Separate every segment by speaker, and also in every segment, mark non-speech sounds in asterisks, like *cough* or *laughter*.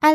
Speaker 1: 艾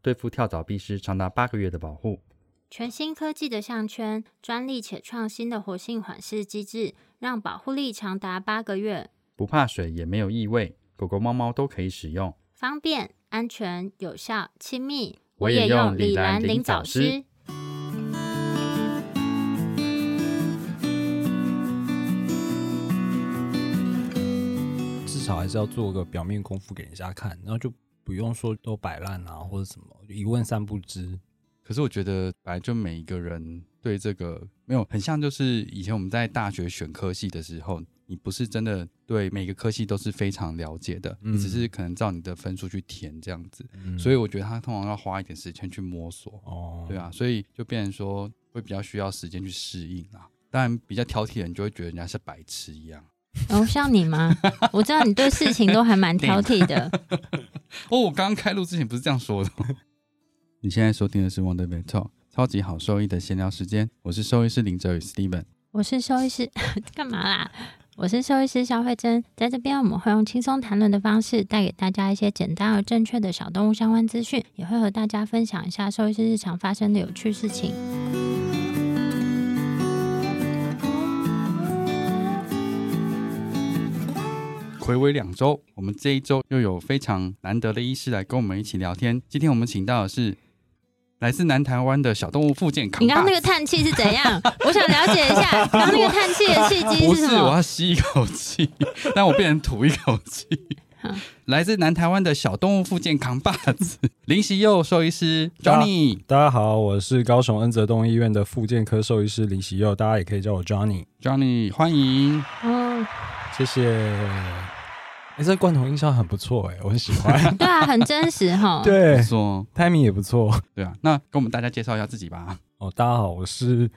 Speaker 2: 对付跳蚤必施长达八个月的保护。
Speaker 1: 全新科技的项圈，专利且创新的活性缓释机制，让保护力长达八个月，
Speaker 2: 不怕水也没有异味，狗狗、猫猫都可以使用。
Speaker 1: 方便、安全、有效、亲密。
Speaker 2: 我也用李兰林早师。
Speaker 3: 至少还是要做个表面功夫给人家看，然后就不用说都摆烂啊或者什么，一问三不知。
Speaker 4: 可是我觉得本来就每一个人对这个没有很像，就是以前我们在大学选科系的时候，你不是真的对每个科系都是非常了解的，
Speaker 3: 嗯
Speaker 4: 你只是可能照你的分数去填这样子。
Speaker 3: 嗯
Speaker 4: 所以我觉得他通常要花一点时间去摸索，
Speaker 3: 哦，
Speaker 4: 对啊，所以就变成说会比较需要时间去适应啊。当然，比较挑剔的人就会觉得人家是白痴一样。
Speaker 1: 哦，像你吗？我知道你对事情都还蛮挑剔的。
Speaker 4: 哦，我刚刚开录之前不是这样说的。 *laughs* 你现在收听的是《Wonder Vet Talk》超级好兽医的闲聊时间，我是兽医师林哲宇 Steven。
Speaker 1: 我是兽医师， *laughs* 干嘛啦？我是兽医师肖慧珍，在这边我们会用轻松谈论的方式，带给大家一些简单而正确的小动物相关资讯，也会和大家分享一下兽医师日常发生的有趣事情。
Speaker 4: 回违两周，我们这一周又有非常难得的医师来跟我们一起聊天。今天我们请到的是来自南台湾的小动物复健康。
Speaker 1: 你刚刚那个叹气是怎样？我想了解一下，刚刚那个叹气的契机
Speaker 4: 不
Speaker 1: 是
Speaker 4: 是，
Speaker 1: 什
Speaker 4: 我
Speaker 1: 么？
Speaker 4: 要吸一口气，但我变成吐一口气
Speaker 1: 好。
Speaker 4: 来自南台湾的小动物复健扛把子林习佑兽医师
Speaker 3: 啊
Speaker 4: Johnny，
Speaker 3: 大家好，我是高雄恩泽动物医院的复健科兽医师林喜佑，大家也可以叫我 Johnny，
Speaker 4: Johnny 欢迎。
Speaker 1: 哦，
Speaker 3: 谢谢。哎、这罐头音效很不错哎、我很喜 *laughs* 欢。
Speaker 1: 对啊，很真实
Speaker 4: *laughs*
Speaker 1: 哈。
Speaker 3: 对
Speaker 4: 说
Speaker 3: ，timing 也不错。
Speaker 4: 对啊，那跟我们大家介绍一下自己吧。
Speaker 3: 哦，大家好，我是。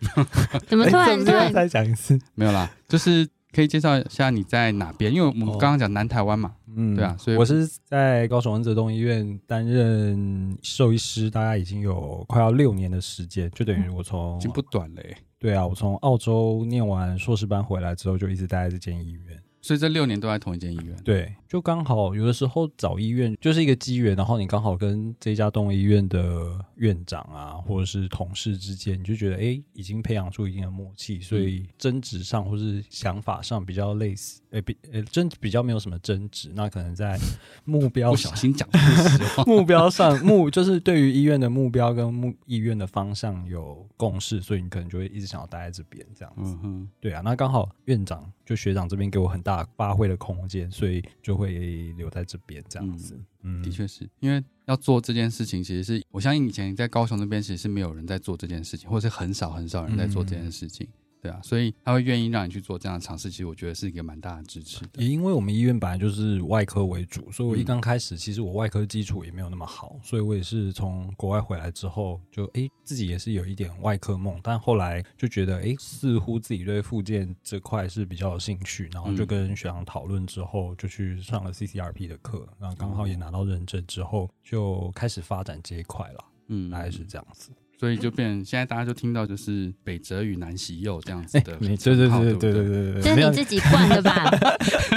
Speaker 1: 怎么
Speaker 3: 哎
Speaker 1: 突
Speaker 3: 这
Speaker 1: 然
Speaker 3: 不
Speaker 1: 突
Speaker 3: 是
Speaker 1: 然
Speaker 3: 要再讲一次？
Speaker 4: 没有啦，就是可以介绍一下你在哪边，因为我们刚刚讲南台湾嘛，
Speaker 3: 嗯
Speaker 4: 对啊所以
Speaker 3: 我是在高雄恩泽东医院担任兽医师，大概已经有快要六年的时间，就等于我从
Speaker 4: 已经不短了欸、
Speaker 3: 对啊，我从澳洲念完硕士班回来之后，就一直待在这间医院。
Speaker 4: 所以这六年都在同一间医院。
Speaker 3: 对，就刚好有的时候找医院就是一个机缘，然后你刚好跟这家动物医院的院长啊，或者是同事之间，你就觉得哎、诶已经培养出一定的默契，所
Speaker 4: 嗯
Speaker 3: 以争执上或是想法上比较类似，哎、比呃争比较没有什么争执，那可
Speaker 4: *laughs*
Speaker 3: 能在目标
Speaker 4: 不
Speaker 3: 上
Speaker 4: 小心讲出实话， *laughs*
Speaker 3: 目标上目就是对于医院的目标跟目医院的方向有共识，所以你可能就会一直想要待在这边这样子。
Speaker 4: 嗯哼，
Speaker 3: 对啊，那刚好院长就学长这边给我很大发挥的空间，所以就会留在这边这样子。嗯，
Speaker 4: 的确是因为要做这件事情，其实是我相信以前在高雄那边其实是没有人在做这件事情，或是很少很少人在做这件事
Speaker 3: 嗯
Speaker 4: 情。对啊，所以他会愿意让你去做这样的尝试，其实我觉得是一个蛮大的支持的。
Speaker 3: 也因为我们医院本来就是外科为主，所以我一
Speaker 4: 嗯
Speaker 3: 刚开始、其实我外科基础也没有那么好，所以我也是从国外回来之后就诶自己也是有一点外科梦，但后来就觉得诶似乎自己对复健这块是比较有兴趣，然后
Speaker 4: 嗯
Speaker 3: 就跟学长讨论之后就去上了 CCRP 的课，然后刚好也
Speaker 4: 哦
Speaker 3: 拿到认证之后就开始发展这一块了，
Speaker 4: 嗯，
Speaker 3: 大概是这样子。
Speaker 4: 所以就变成现在大家就听到就是北辙与南习右这样子
Speaker 3: 哎
Speaker 4: 的
Speaker 3: 没
Speaker 4: 称
Speaker 3: 对对
Speaker 4: 号，
Speaker 3: 对
Speaker 4: 不
Speaker 3: 对对对对
Speaker 1: 这
Speaker 3: 对，
Speaker 1: 是
Speaker 3: 没有
Speaker 1: 你自己惯的吧？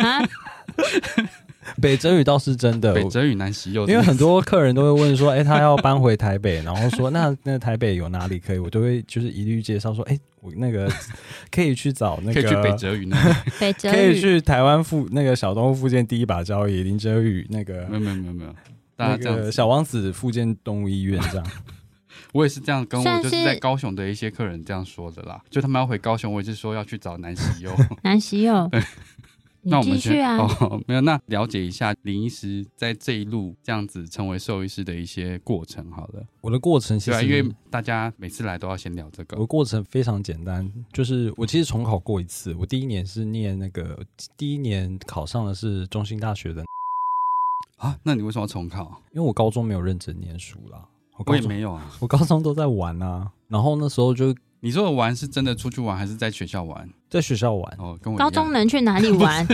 Speaker 1: 啊，
Speaker 3: 北泽宇倒是真的，
Speaker 4: 北辙与南习右，
Speaker 3: 因为很多客人都会问说，哎、他要搬回台北，然后说那那台北有哪里可以，我都会就是一律介绍说，哎、我那个可以去找那
Speaker 4: 可
Speaker 3: 个，
Speaker 4: 以去北辙与
Speaker 3: *laughs*
Speaker 4: 南，
Speaker 1: 北辙
Speaker 3: 可以
Speaker 1: 语。
Speaker 3: 去台湾附那个小动物附件第一把交椅林哲宇那
Speaker 4: 没
Speaker 3: 个
Speaker 4: 有没有没有没有，大
Speaker 3: 那
Speaker 4: 家这样
Speaker 3: 个
Speaker 4: 子，
Speaker 3: 小王子附件动物医院这样，
Speaker 4: 我也是这样跟我
Speaker 1: 算
Speaker 4: 就是是在高雄的一些客人这样说的啦，就他们要回高雄，我也是说要去找南习
Speaker 1: *laughs*
Speaker 4: 右。
Speaker 1: 南希佑，你
Speaker 4: *laughs* 那我
Speaker 1: 继
Speaker 4: 们
Speaker 1: 续
Speaker 4: 先
Speaker 1: 啊。
Speaker 4: 哦， *laughs* 没有，那了解一下林医师在这一路这样子成为兽医师的一些过程好了。
Speaker 3: 我的过程其
Speaker 4: 对
Speaker 3: 实、
Speaker 4: 啊，因为大家每次来都要先聊这个
Speaker 3: 我。过程非常简单，就是我其实重考过一次。我第一年是念那个，第一年考上的是中兴大学的，
Speaker 4: 啊，那你为什么要重考？
Speaker 3: 因为我高中没有认真念书啦。我
Speaker 4: 我
Speaker 3: 高
Speaker 4: 也
Speaker 3: 中
Speaker 4: 没有啊。
Speaker 3: 我高中都在玩啊，然后那时候就
Speaker 4: 你说的玩是真的出去玩，还是在学校玩？
Speaker 3: 在学校玩，
Speaker 4: 哦，跟我一
Speaker 1: 高
Speaker 4: 样
Speaker 1: 中能去哪里
Speaker 4: *laughs*
Speaker 1: 玩？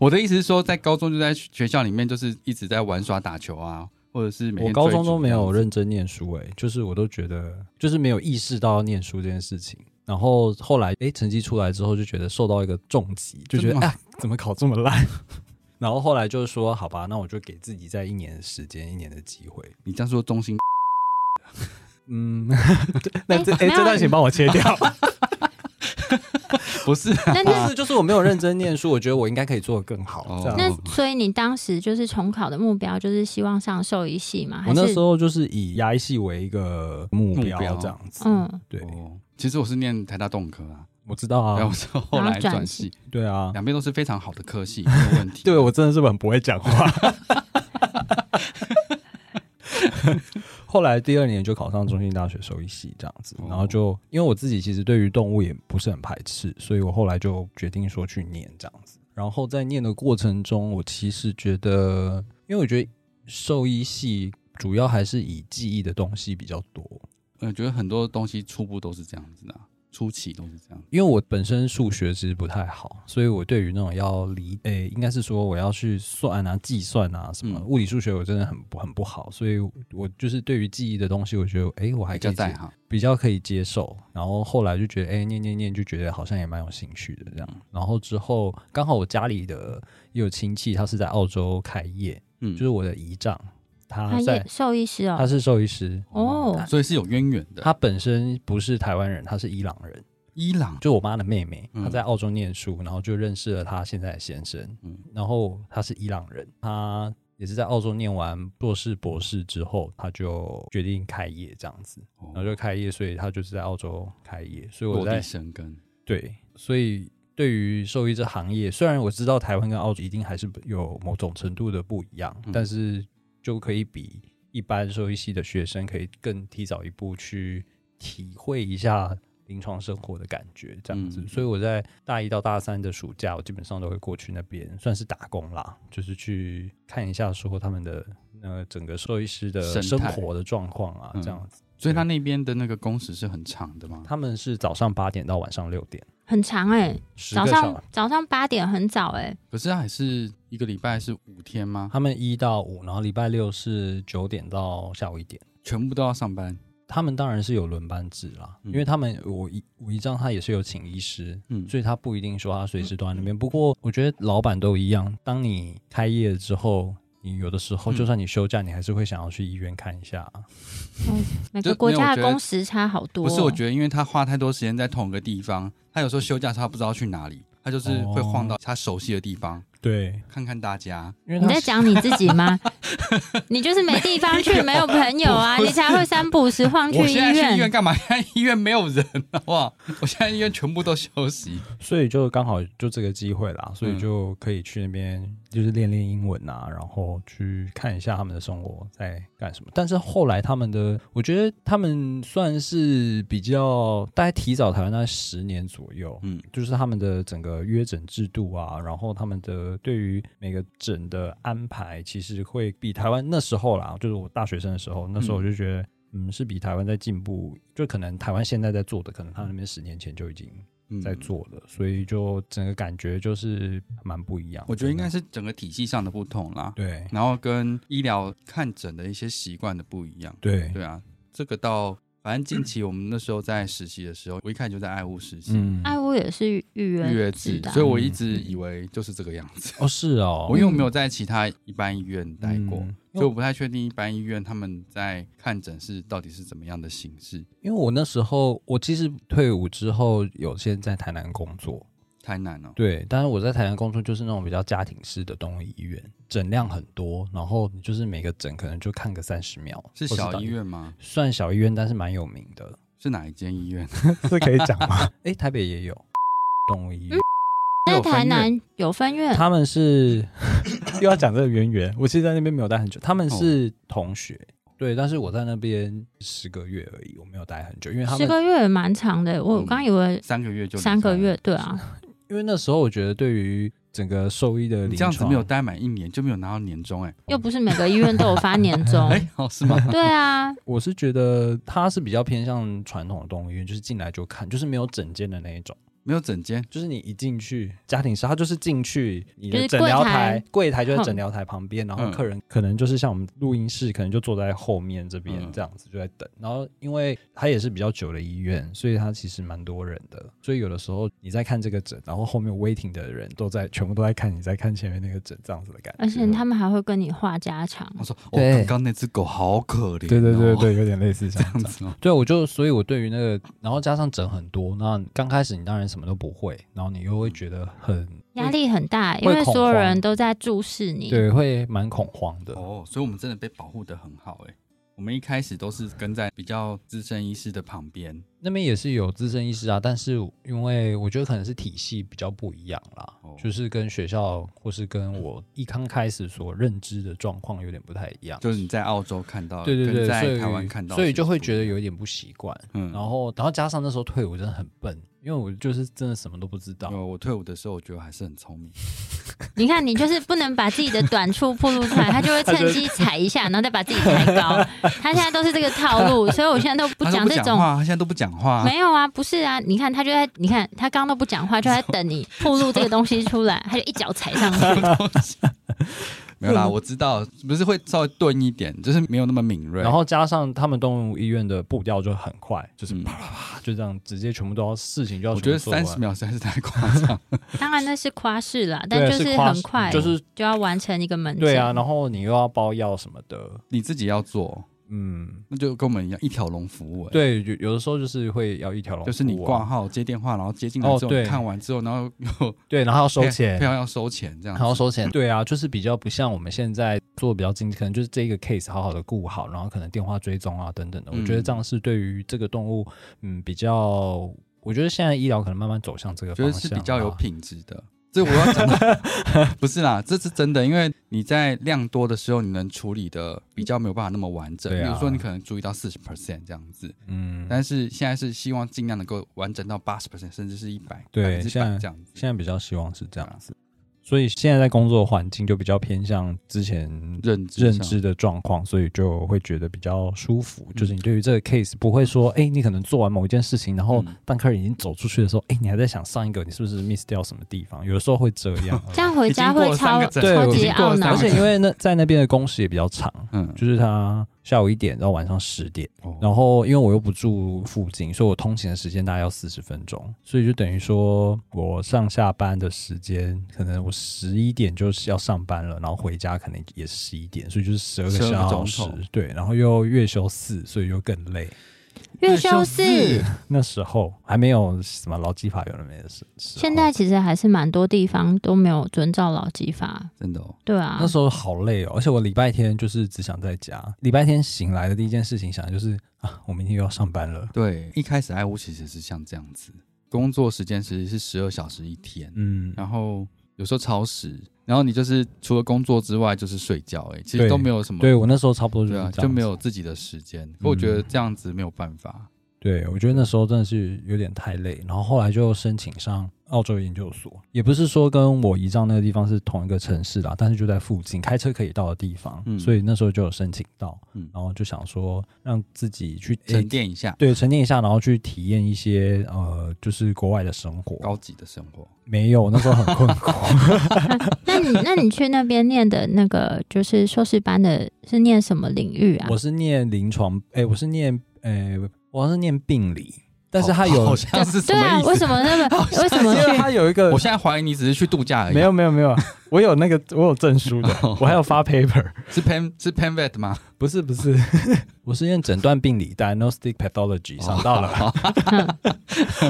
Speaker 4: 我的意思是说，在高中就在学校里面，就是一直在玩耍、打球啊，或者是每天
Speaker 3: 我高中
Speaker 4: 追逐
Speaker 3: 都没有
Speaker 4: 这样子
Speaker 3: 认真念书、欸，就是我都觉得就是没有意识到要念书这件事情。然后后来，哎、成绩出来之后就觉得受到一个重击，就觉
Speaker 4: 真的吗
Speaker 3: 得啊，怎么考这么烂？ *laughs* 然后后来就说，好吧，那我就给自己在一年的时间，一年的机会。
Speaker 4: 你这样说中心， *laughs*
Speaker 3: 嗯，那这
Speaker 1: 诶没
Speaker 3: 哎、
Speaker 1: 有
Speaker 3: 这段请帮我切 *laughs* 掉。
Speaker 4: 不是啊、
Speaker 1: 那
Speaker 3: 不
Speaker 1: 那
Speaker 3: 是，就是我没有认真念书，我觉得我应该可以做得更好。
Speaker 4: 哦
Speaker 3: 这样
Speaker 1: 那，所以你当时就是重考的目标，就是希望上兽医系嘛？还
Speaker 3: 我那
Speaker 1: 是
Speaker 3: 时候就是以牙医系为一个目
Speaker 4: 目
Speaker 3: 标
Speaker 4: 标
Speaker 3: 这样子。
Speaker 1: 嗯，
Speaker 3: 对，
Speaker 4: 哦，其实我是念台大动科啊，
Speaker 3: 我知
Speaker 4: 然
Speaker 3: 道
Speaker 4: 后
Speaker 3: 啊
Speaker 4: 我，是后
Speaker 1: 然
Speaker 4: 来
Speaker 1: 后转
Speaker 4: 转
Speaker 1: 系
Speaker 4: 系，
Speaker 3: 对啊，
Speaker 4: 两边都是非常好的科
Speaker 3: *laughs*
Speaker 4: 系，没有问题。
Speaker 3: 对我真的是很不会
Speaker 1: *laughs*
Speaker 3: 讲话。后来第二年就考上中兴大学兽医系这样子，然后就因为我自己其实对于动物也不是很排斥，所以我后来就决定说去念这样子。然后在念的过程中，我其实觉得，因为我觉得兽医系主要还是以记忆的东西比较多，
Speaker 4: 我呃觉得很多东西初步都是这样子的啊、初期都是这样。
Speaker 3: 因为我本身数学其实不太好，所以我对于那种要理，诶、应该是说我要去算啊、计算啊什么，
Speaker 4: 嗯
Speaker 3: 物理数学我真的很不很不好，所以我就是对于记忆的东西，我觉得诶、我还
Speaker 4: 比
Speaker 3: 可
Speaker 4: 较
Speaker 3: 以接
Speaker 4: 在行，
Speaker 3: 比较可以接受。然后后来就觉得诶、念念念就觉得好像也蛮有兴趣的这样。然后之后刚好我家里的也有亲戚，他是在澳洲开业，
Speaker 4: 嗯，
Speaker 3: 就是我的姨丈，他
Speaker 4: 啊
Speaker 1: 他
Speaker 3: 在
Speaker 1: 也兽医师
Speaker 3: 他
Speaker 1: 哦，
Speaker 3: 是兽医师，
Speaker 1: 哦，
Speaker 4: 所以是有渊源的。
Speaker 3: 他本身不是台湾人，他是伊朗人。
Speaker 4: 伊朗
Speaker 3: 就我妈的妹妹，
Speaker 4: 嗯
Speaker 3: 她在澳洲念书，然后就认识了她现在的先生，
Speaker 4: 嗯
Speaker 3: 然后她是伊朗人，她也是在澳洲念完硕士、博士之后，她就决定开业这样子，
Speaker 4: 哦
Speaker 3: 然后就开业，所以她就是在澳洲开业，所以我
Speaker 4: 落
Speaker 3: 在
Speaker 4: 地生根，
Speaker 3: 对，所以对于兽医这行业，虽然我知道台湾跟澳洲一定还是有某种程度的不一样，
Speaker 4: 嗯
Speaker 3: 但是就可以比一般兽医系的学生可以更提早一步去体会一下临床生活的感觉，这样子。
Speaker 4: 嗯
Speaker 3: 所以我在大一到大三的暑假，我基本上都会过去那边，算是打工啦，就是去看一下说他们的。呃，整个兽医师的
Speaker 4: 生
Speaker 3: 生
Speaker 4: 态
Speaker 3: 活的状况啊，
Speaker 4: 嗯
Speaker 3: 这样子，
Speaker 4: 所以他那边的那个工时是很长的嘛。
Speaker 3: 他们是早上八点到晚上六点，
Speaker 1: 很长哎、
Speaker 3: 十
Speaker 1: 早
Speaker 3: 个小
Speaker 1: 上早上八点很早哎、
Speaker 4: 可是他还是一个礼拜是五天吗？
Speaker 3: 他们一到五，然后礼拜六是九点到下午一点。
Speaker 4: 全部都要上班？
Speaker 3: 他们当然是有轮班制啦，
Speaker 4: 嗯
Speaker 3: 因为他们我一我一张他也是有请医师，
Speaker 4: 嗯，
Speaker 3: 所以他不一定说他随时都在那边。不过我觉得老板都一样，当你开业之后，你有的时候
Speaker 4: 嗯
Speaker 3: 就算你休假，你还是会想要去医院看一下。啊
Speaker 1: 每
Speaker 4: 就
Speaker 1: 个国
Speaker 4: 没有
Speaker 1: 家
Speaker 4: 我
Speaker 1: 的
Speaker 4: 觉得
Speaker 1: 工时差好多、啊哦
Speaker 4: 不是，我觉得因为他花太多时间在同一个地方，他有时候休假的时候他不知道去哪里，他就是会晃
Speaker 3: 哦
Speaker 4: 到他熟悉的地方，
Speaker 3: 对，
Speaker 4: 看看大家。
Speaker 3: 因为
Speaker 1: 你
Speaker 3: 他
Speaker 1: 在讲你自己
Speaker 4: *laughs*
Speaker 1: 吗？你就是没地方去，没有朋友啊，
Speaker 4: 不
Speaker 1: 你才会三不五时晃去
Speaker 4: 我
Speaker 1: 医
Speaker 4: 现在去医院
Speaker 1: 院。
Speaker 4: 干嘛？ *laughs* 现在医院没有人，好不好？我现在医院全部都休息。
Speaker 3: 所以就刚好就这个机会啦，所以就可以去那边就是练练英文啊，然后去看一下他们的生活在干什么。但是后来他们的，我觉得他们算是比较大概提早台湾大概十年左右，
Speaker 4: 嗯
Speaker 3: 就是他们的整个约诊制度啊，然后他们的对于每个诊的安排，其实会比台湾那时候啦，就是我大学生的时候，那时候我就觉得。嗯是比台湾在进步，就可能台湾现在在做的，可能他们那边十年前就已经
Speaker 4: 嗯
Speaker 3: 在，做的，所以就整个感觉就是蛮不一样的。
Speaker 4: 我觉得应该是整个体系上的不同啦，
Speaker 3: 对
Speaker 4: 然后跟医疗看诊的一些习惯的不一样。
Speaker 3: 对
Speaker 4: 对啊，这个到反正近期我们那时候在实习的时候，我一开始就在爱物实习。
Speaker 3: 嗯，
Speaker 1: 爱屋哎也是预
Speaker 4: 预
Speaker 1: 约
Speaker 4: 约
Speaker 1: 制
Speaker 4: 制
Speaker 1: 的啊，
Speaker 4: 所以我一直以为就是这个样子。
Speaker 3: 哦是哦，
Speaker 4: 我因为我没有在其他一般医院待过，
Speaker 3: 嗯
Speaker 4: 所以我不太确定一般医院他们在看诊是到底是怎么样的形式。
Speaker 3: 因为我那时候我其实退伍之后有先在台南工作，
Speaker 4: 太难了、
Speaker 3: 对，但是我在台南工作就是那种比较家庭式的动物医院，诊量很多，然后就是每个诊可能就看个三十秒，
Speaker 4: 是
Speaker 3: 或
Speaker 4: 小
Speaker 3: 到
Speaker 4: 医，院吗？
Speaker 3: 算小医院，但是蛮有名的，
Speaker 4: 是哪一间医院？
Speaker 3: 这可以讲 *laughs* 吗？哎，台北
Speaker 4: *laughs*
Speaker 3: 也有动物医院。
Speaker 1: 在
Speaker 4: 有分
Speaker 1: 台
Speaker 4: 院
Speaker 1: 南有分院，
Speaker 3: 他们是 *laughs* 又要讲这个渊源，我其实在那边没有待很久，他
Speaker 4: 哦
Speaker 3: 们是同学，对，但是我在那边十个月而已，我没有待很久，因为他
Speaker 1: 十
Speaker 3: 们
Speaker 1: 个月也蛮长的欸。我
Speaker 4: 嗯
Speaker 1: 刚以为
Speaker 4: 三个月就离
Speaker 1: 三个
Speaker 4: 开了
Speaker 1: 月，对啊，
Speaker 3: 因为那时候我觉得对于整个兽医的
Speaker 4: 你
Speaker 3: 临
Speaker 4: 这样子
Speaker 3: 床
Speaker 4: 没有待满一年就没有拿到年终哎、，
Speaker 1: 又不是每个医院都有发年终
Speaker 4: *laughs* 哎、哦是吗？
Speaker 1: 对啊，
Speaker 3: 我是觉得它是比较偏向传统的动物医院，就是进来就看，就是没有整间的那一种，
Speaker 4: 没有整间，
Speaker 3: 就是你一进去家庭室，它就是进去你
Speaker 1: 就
Speaker 3: 的
Speaker 1: 是
Speaker 3: 诊疗
Speaker 1: 柜
Speaker 3: 台
Speaker 1: 台，
Speaker 3: 柜台就在
Speaker 1: 哼
Speaker 3: 诊疗台旁边，然后
Speaker 4: 嗯
Speaker 3: 客人可能就是像我们录音室，可能就坐在后面这边
Speaker 4: 嗯
Speaker 3: 这样子就在等。然后因为它也是比较久的医院，所以它其实蛮多人的，所以有的时候你在看这个诊，然后后面 waiting 的人都在全部都在看你在看前面那个诊这样子的感觉。
Speaker 1: 而且他们还会跟你话家常。
Speaker 4: 我说哦，
Speaker 3: 对
Speaker 4: 刚刚那只狗好可怜、哦，
Speaker 3: 对对对，对，有点类似
Speaker 4: 这
Speaker 3: 像
Speaker 1: *laughs*
Speaker 4: 样子哦，
Speaker 3: 对，我就所以，我对于那个，然后加上整很多，那刚开始你当然什么都不会，然后你又会觉得很
Speaker 1: 压，力很大，因为
Speaker 3: 恐
Speaker 1: 所有
Speaker 3: 慌
Speaker 1: 人都在注视你。
Speaker 3: 对，会蛮恐慌的。
Speaker 4: *laughs* 哦，所以我们真的被保护的很好哎、我们一开始都是跟在比较资深医师的旁边，
Speaker 3: 那边也是有资深医师啊，但是因为我觉得可能是体系比较不一样啦，
Speaker 4: 哦
Speaker 3: 就是跟学校或是跟我一刚开始所认知的状况有点不太一样。
Speaker 4: 就是你在澳洲看到的，
Speaker 3: 对对
Speaker 4: 跟
Speaker 3: 对，所
Speaker 4: 在
Speaker 3: 以
Speaker 4: 台湾看到，
Speaker 3: 所以就会觉得，有一点不习惯。
Speaker 4: 嗯
Speaker 3: 然后，然后加上那时候退伍真的很笨，因为我就是真的什么都不知道。
Speaker 4: 有我退伍的时候，我觉得我还是很聪明，
Speaker 1: 你看，你就是不能把自己的短处暴露出
Speaker 4: *laughs*
Speaker 1: 来，他就会趁机踩一下，然后再把自己抬高。他现在都是这个套
Speaker 4: *laughs*
Speaker 1: 路，所以我现在都不
Speaker 4: 他都
Speaker 1: 讲
Speaker 4: 不
Speaker 1: 这
Speaker 4: 讲
Speaker 1: 种。
Speaker 4: 话，他现在都不讲话，
Speaker 1: 没有啊，不是啊，你看他就在，你看他刚刚都不讲话，就在等你暴露这个东西出来，他就一脚踩上
Speaker 4: *laughs*
Speaker 1: 去。
Speaker 4: 没有啦，我知道，不是会稍微钝一点，就是没有那么敏锐。
Speaker 3: 然后加上他们动物医院的步调就很快，就是
Speaker 4: 嗯
Speaker 3: 啪啪啪，就这样直接全部都要事情就要
Speaker 4: 我觉得
Speaker 3: 全部做完
Speaker 4: 三十秒实在是太夸张 *laughs* 了，
Speaker 1: 当然那是夸饰啦，但
Speaker 3: 对
Speaker 1: 就是是
Speaker 3: 夸
Speaker 1: 很快
Speaker 3: 就是
Speaker 1: 就要完成一个门诊。
Speaker 3: 对啊，然后你又要包药什么的，
Speaker 4: 你自己要做，
Speaker 3: 嗯，
Speaker 4: 那就跟我们一样一条龙服务、欸。，
Speaker 3: 对，有有的时候就是会要一条龙服务啊，
Speaker 4: 就是你挂号接电话，然后接进来之后、
Speaker 3: 哦对
Speaker 4: 看完之后，然后又
Speaker 3: 对，然后要
Speaker 4: *laughs*
Speaker 3: 收
Speaker 4: 配
Speaker 3: 钱，
Speaker 4: 票要收钱这样
Speaker 3: 然
Speaker 4: 子。
Speaker 3: 后收钱，对啊，就是比较不像我们现在做比较精，可能就是这一个 case 好好的顾好，然后可能电话追踪啊等等的，我觉得
Speaker 4: 嗯
Speaker 3: 这样是对于这个动物，嗯，比较。我觉得现在医疗可能慢慢走向这个
Speaker 4: 觉得
Speaker 3: 方向
Speaker 4: 是
Speaker 3: 啊，
Speaker 4: 比较有品质的。这我要讲
Speaker 3: *laughs*
Speaker 4: 的不是啦，这是真的，因为你在量多的时候，你能处理的比较没有办法那么完整。
Speaker 3: 对啊
Speaker 4: 比如说你可能注意到四十 percent 这样子，
Speaker 3: 嗯，
Speaker 4: 但是现在是希望尽量能够完整到八十 percent，甚至是一百
Speaker 3: 对
Speaker 4: 之
Speaker 3: 现
Speaker 4: 百
Speaker 3: 在
Speaker 4: 这样子。
Speaker 3: 现在比较希望是这样子，所以现在在工作环境就比较偏向之前
Speaker 4: 认知
Speaker 3: 认
Speaker 4: 上
Speaker 3: 知的状况，所以就会觉得比较舒服。就是你对于这个 case 不会说，哎、你可能做完某一件事情，然后
Speaker 4: 嗯
Speaker 3: 当客人已经走出去的时候，哎、你还在想上一个，你是不是 miss 掉什么地方？有的时候会这样。
Speaker 1: *laughs* 这样回家会超
Speaker 4: 已经过了三个诊
Speaker 3: 对
Speaker 1: 超
Speaker 3: 我已
Speaker 1: 级
Speaker 3: 经
Speaker 4: 过
Speaker 1: 懊恼
Speaker 4: 了三
Speaker 3: 而
Speaker 4: 个。
Speaker 3: 且因为那在那边的工时也比较长，
Speaker 4: 嗯，哦
Speaker 3: 就是他下午一点到晚上十点，然后因为我又不住附近，所以我通勤的时间大概要四十分钟，所以就等于说我上下班的时间，可能我十一点就是要上班了，然后回家可能也是十一点，所以就是十二个
Speaker 4: 12个
Speaker 3: 小
Speaker 4: 钟
Speaker 3: 时
Speaker 4: 头，
Speaker 3: 对，然后又月休四，所以又更累。
Speaker 1: 月休四，
Speaker 3: 那时候还没有什么劳基法有人没的事，时
Speaker 4: 哦
Speaker 3: 候
Speaker 1: 现在其实还是蛮多地方都没有遵照劳基法。
Speaker 4: 真的哦，
Speaker 1: 对啊
Speaker 3: 那，时候好累哦，而且我礼拜天就是只想在家，礼拜天醒来的第一件事情想的就是啊，我明天又要上班了。
Speaker 4: 对，一开始爱屋其实是像这样子，工作时间其实是十二小时一天，
Speaker 3: 嗯，
Speaker 4: 然后有时候超时，然后你就是除了工作之外就是睡觉、欸，哎，其实都没有什么，
Speaker 3: 对我那时候差不多就是
Speaker 4: 对
Speaker 3: 这
Speaker 4: 啊，
Speaker 3: 样子，嗯
Speaker 4: 就没有自己的时间。可我觉得这样子没有办法，
Speaker 3: 对，我觉得那时候真的是有点太累，然后后来就申请上澳洲研究所，也不是说跟我姨丈那个地方是同一个城市啦，但是就在附近，开车可以到的地方，
Speaker 4: 嗯
Speaker 3: 所以那时候就有申请到，
Speaker 4: 嗯
Speaker 3: 然后就想说让自己去
Speaker 4: 沉
Speaker 3: 诶
Speaker 4: 淀一下
Speaker 3: 对，沉淀一下，然后去体验一些呃，就是国外的生活。
Speaker 4: 高级的生活。
Speaker 3: 没有，那时候很困苦。 *laughs*
Speaker 1: 那你那你去那边念的那个就是硕士班的，是念什么领域啊
Speaker 3: 我？是念临床，哎、我是念，哎、我好像是念病理，但是
Speaker 4: 好
Speaker 3: 他有
Speaker 4: 好，像是什
Speaker 1: 对啊
Speaker 4: 么意，思？
Speaker 1: 为什么那
Speaker 4: *laughs*
Speaker 1: 个为什么
Speaker 3: 因为
Speaker 1: 去？
Speaker 3: 他有一个
Speaker 4: 我现在怀疑你只是去度假而已。
Speaker 3: 没有没有没 *laughs* 有，我有那个我有证书的，我还有发 paper。
Speaker 4: 是 Pan 是 Pan Vet 吗？
Speaker 3: 哦不是不 *laughs* 是，我是念诊断病理 （diagnostic pathology），想到 *laughs* 了，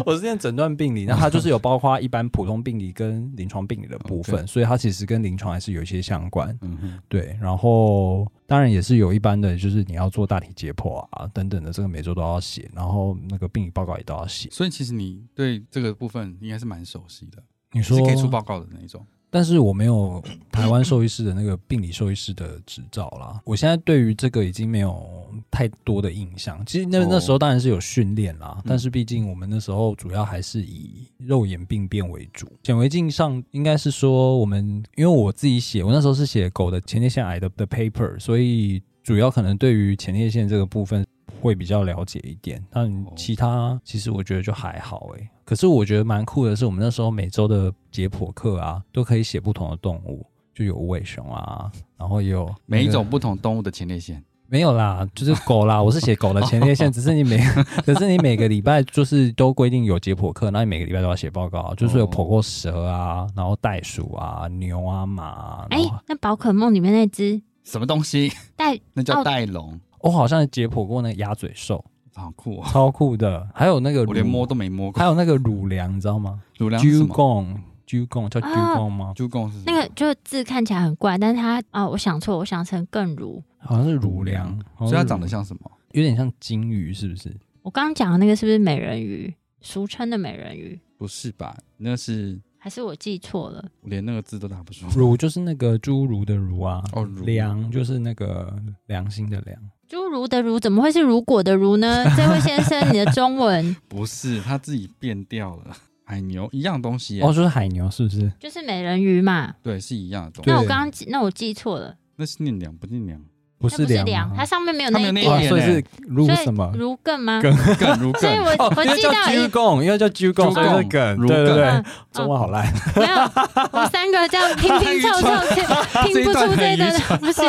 Speaker 3: 我是念诊断病理，那它就是有包括一般普通病理跟临床病理的部分，所以它其实跟临床还是有一些相关。
Speaker 4: 嗯哼，
Speaker 3: 对，然后当然也是有一般的，就是你要做大体解剖啊等等的，这个每周都要写，然后那个病理报告也都要写。
Speaker 4: 所以其实你对这个部分应该是蛮熟悉的，
Speaker 3: 你
Speaker 4: 是
Speaker 3: 说
Speaker 4: 可以出报告的那一种。
Speaker 3: 但是我没有台湾兽医师的那个病理兽医师的执照啦，我现在对于这个已经没有太多的印象。其实那
Speaker 4: 哦
Speaker 3: 那时候当然是有训练啦，
Speaker 4: 嗯
Speaker 3: 但是毕竟我们那时候主要还是以肉眼病变为主。显微镜上应该是说我们，因为我自己写，我那时候是写狗的前列腺癌的的 paper，所以主要可能对于前列腺这个部分会比较了解一点，但
Speaker 4: 哦
Speaker 3: 其他其实我觉得就还好诶、可是我觉得蛮酷的是，我们那时候每周的解剖课啊，都可以写不同的动物，就有无尾熊啊，然后也有、
Speaker 4: 每一种不同动物的前列腺，
Speaker 3: 没有啦，就是狗啦，我是写狗的前列腺，只是你每 *laughs* 可是你每个礼拜就是都规定有解剖课，那你每个礼拜都要写报告，啊就是有
Speaker 4: 哦
Speaker 3: 剖过蛇啊，然后袋鼠啊、牛啊、马啊，
Speaker 1: 哎、
Speaker 3: 然后
Speaker 1: 那宝可梦里面那只
Speaker 4: 什么东西？
Speaker 1: 带
Speaker 4: 那叫
Speaker 1: 哦
Speaker 4: 带龙，
Speaker 3: 我好像解剖过那个鸭嘴兽，
Speaker 4: 好酷 *laughs* 哦！
Speaker 3: 超酷的，还有那个
Speaker 4: 我连
Speaker 3: 乳
Speaker 4: 摸都没摸过
Speaker 3: 还。有那个乳梁，你知道吗
Speaker 4: 乳梁是什
Speaker 3: ？Q
Speaker 4: 么？
Speaker 3: 贡，Q 贡叫 Q
Speaker 1: 啊
Speaker 3: 贡吗？
Speaker 4: 猪贡是什么
Speaker 1: 那个就字看起来很怪，但是它哦，我想错，我想成更如。
Speaker 3: 好像是乳梁，好
Speaker 4: 所
Speaker 3: 像
Speaker 4: 以
Speaker 3: 是
Speaker 4: 它
Speaker 3: 乳
Speaker 4: 长得像嗯什么？
Speaker 3: 有点像金鱼，是不是？
Speaker 1: 我刚刚讲的那个是不是美人鱼？俗称的美人鱼，
Speaker 4: 不是吧？那是
Speaker 1: 还是我记错了？
Speaker 4: 我连那个字都打不出。
Speaker 3: 乳就是那个侏儒的儒啊，
Speaker 4: 哦，乳
Speaker 3: 梁就是那个良心的良。
Speaker 1: 侏儒的儒怎么会是如果的如呢？这位先生，你的中文
Speaker 4: *laughs*
Speaker 1: *laughs*
Speaker 4: 不是，它自己变掉了。海牛一样东西耶
Speaker 3: 哦，就是海牛，是不是？
Speaker 1: 就是美人鱼嘛？
Speaker 4: 对，是一样的东西
Speaker 1: 那。我
Speaker 3: 对
Speaker 1: 刚刚记那我记错了，
Speaker 4: 那是念两不念 *laughs* 两，
Speaker 1: 那不
Speaker 3: 不
Speaker 1: 是
Speaker 3: 梁
Speaker 1: 梁，
Speaker 3: 吗
Speaker 1: 它上面没有那
Speaker 4: 它
Speaker 1: 一
Speaker 4: 没有那一
Speaker 3: 哦，
Speaker 1: 点，
Speaker 4: 点欸
Speaker 3: 所以是乳
Speaker 1: 所以
Speaker 3: 什么？
Speaker 1: 如更吗？
Speaker 4: 更如
Speaker 1: 所以
Speaker 4: *laughs* 更。
Speaker 1: 我
Speaker 3: 哦，
Speaker 1: 我
Speaker 3: 因为
Speaker 1: 记
Speaker 3: 叫
Speaker 1: 到一
Speaker 3: 鞠躬，因为叫鞠
Speaker 4: 猪
Speaker 3: 躬，所以
Speaker 4: 贡
Speaker 3: 是梗，
Speaker 4: 如
Speaker 3: 对对
Speaker 4: 梗
Speaker 3: 对
Speaker 1: 嗯，
Speaker 3: 中文好烂。
Speaker 1: 没有，我们三个这样拼拼凑 *laughs*
Speaker 4: *laughs*
Speaker 1: 凑，拼 *laughs* 不出这个东西，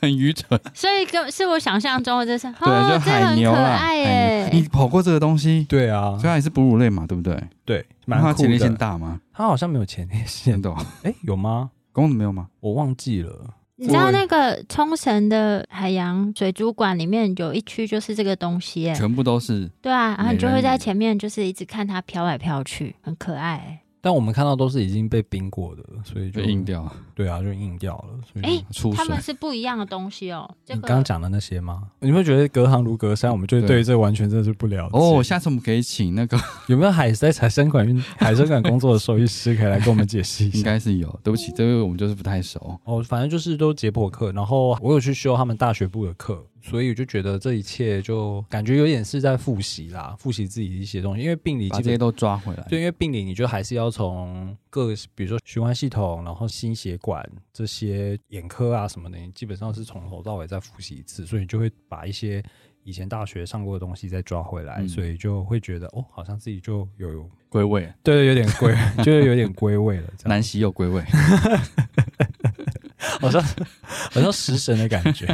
Speaker 4: 很愚蠢。
Speaker 1: 所以跟是我想象中的就是
Speaker 4: 对，
Speaker 1: 哦
Speaker 4: 就，
Speaker 1: 这
Speaker 4: 海
Speaker 1: 很
Speaker 4: 牛
Speaker 1: 可
Speaker 4: 啦。
Speaker 1: 爱
Speaker 4: 海牛
Speaker 1: 耶
Speaker 4: 你。跑过这个东西，
Speaker 3: *laughs* 对啊
Speaker 4: 所以，它也是哺乳类嘛，对不对？
Speaker 3: 对，
Speaker 4: 那它
Speaker 3: 蛮酷
Speaker 4: 前列腺
Speaker 3: 的。
Speaker 4: 大吗？
Speaker 3: 它好像没有前列
Speaker 4: 真
Speaker 3: 腺， *laughs*
Speaker 4: 的哦，
Speaker 3: 哎，有吗？
Speaker 4: 公的没有吗？
Speaker 3: 我忘记了。
Speaker 1: 你知道那个冲绳的海洋水族馆里面有一区就是这个东西耶，
Speaker 4: 全部都是
Speaker 1: 对啊，然后你就
Speaker 4: 美人
Speaker 1: 会
Speaker 4: 鱼
Speaker 1: 在前面就是一直看它飘来飘去，很可爱。
Speaker 3: 但我们看到都是已经被冰过的，所以就
Speaker 4: 就硬。掉了
Speaker 3: 对啊，就硬掉了。所以
Speaker 1: 哎
Speaker 4: 出
Speaker 1: 它
Speaker 4: 水
Speaker 1: 们。是不一样的东西哦。这
Speaker 3: 你
Speaker 1: 个
Speaker 3: 刚刚讲的那些吗？你会觉得隔行如隔山，我们就
Speaker 4: 对
Speaker 3: 对这完全真的是不了解。
Speaker 4: 哦，下次我们可以请那个，
Speaker 3: 有没有海在海参馆运海参馆工作的兽医师可以来跟我们解释一
Speaker 4: 应
Speaker 3: 下？
Speaker 4: 该是有。对不起，
Speaker 1: 嗯
Speaker 4: 这位我们就是不太熟。
Speaker 3: 哦，反正就是都解剖课，然后我有去修他们大学部的课，所以我就觉得这一切就感觉有点是在复习啦，复习自己一些东西，因为病理
Speaker 4: 把
Speaker 3: 基
Speaker 4: 这
Speaker 3: 本
Speaker 4: 些都抓回来。
Speaker 3: 对，因为病理你就还是要从各，比如说循环系统，然后心血管这些眼科啊什么的，你基本上是从头到尾再复习一次，所以你就会把一些以前大学上过的东西再抓回来，
Speaker 4: 嗯
Speaker 3: 所以就会觉得哦，好像自己就有
Speaker 4: 归位，
Speaker 3: 对， *laughs* 有点归，就是有点归位了，这样
Speaker 4: 南极有归位， *laughs*
Speaker 3: 好像好像食神的感觉。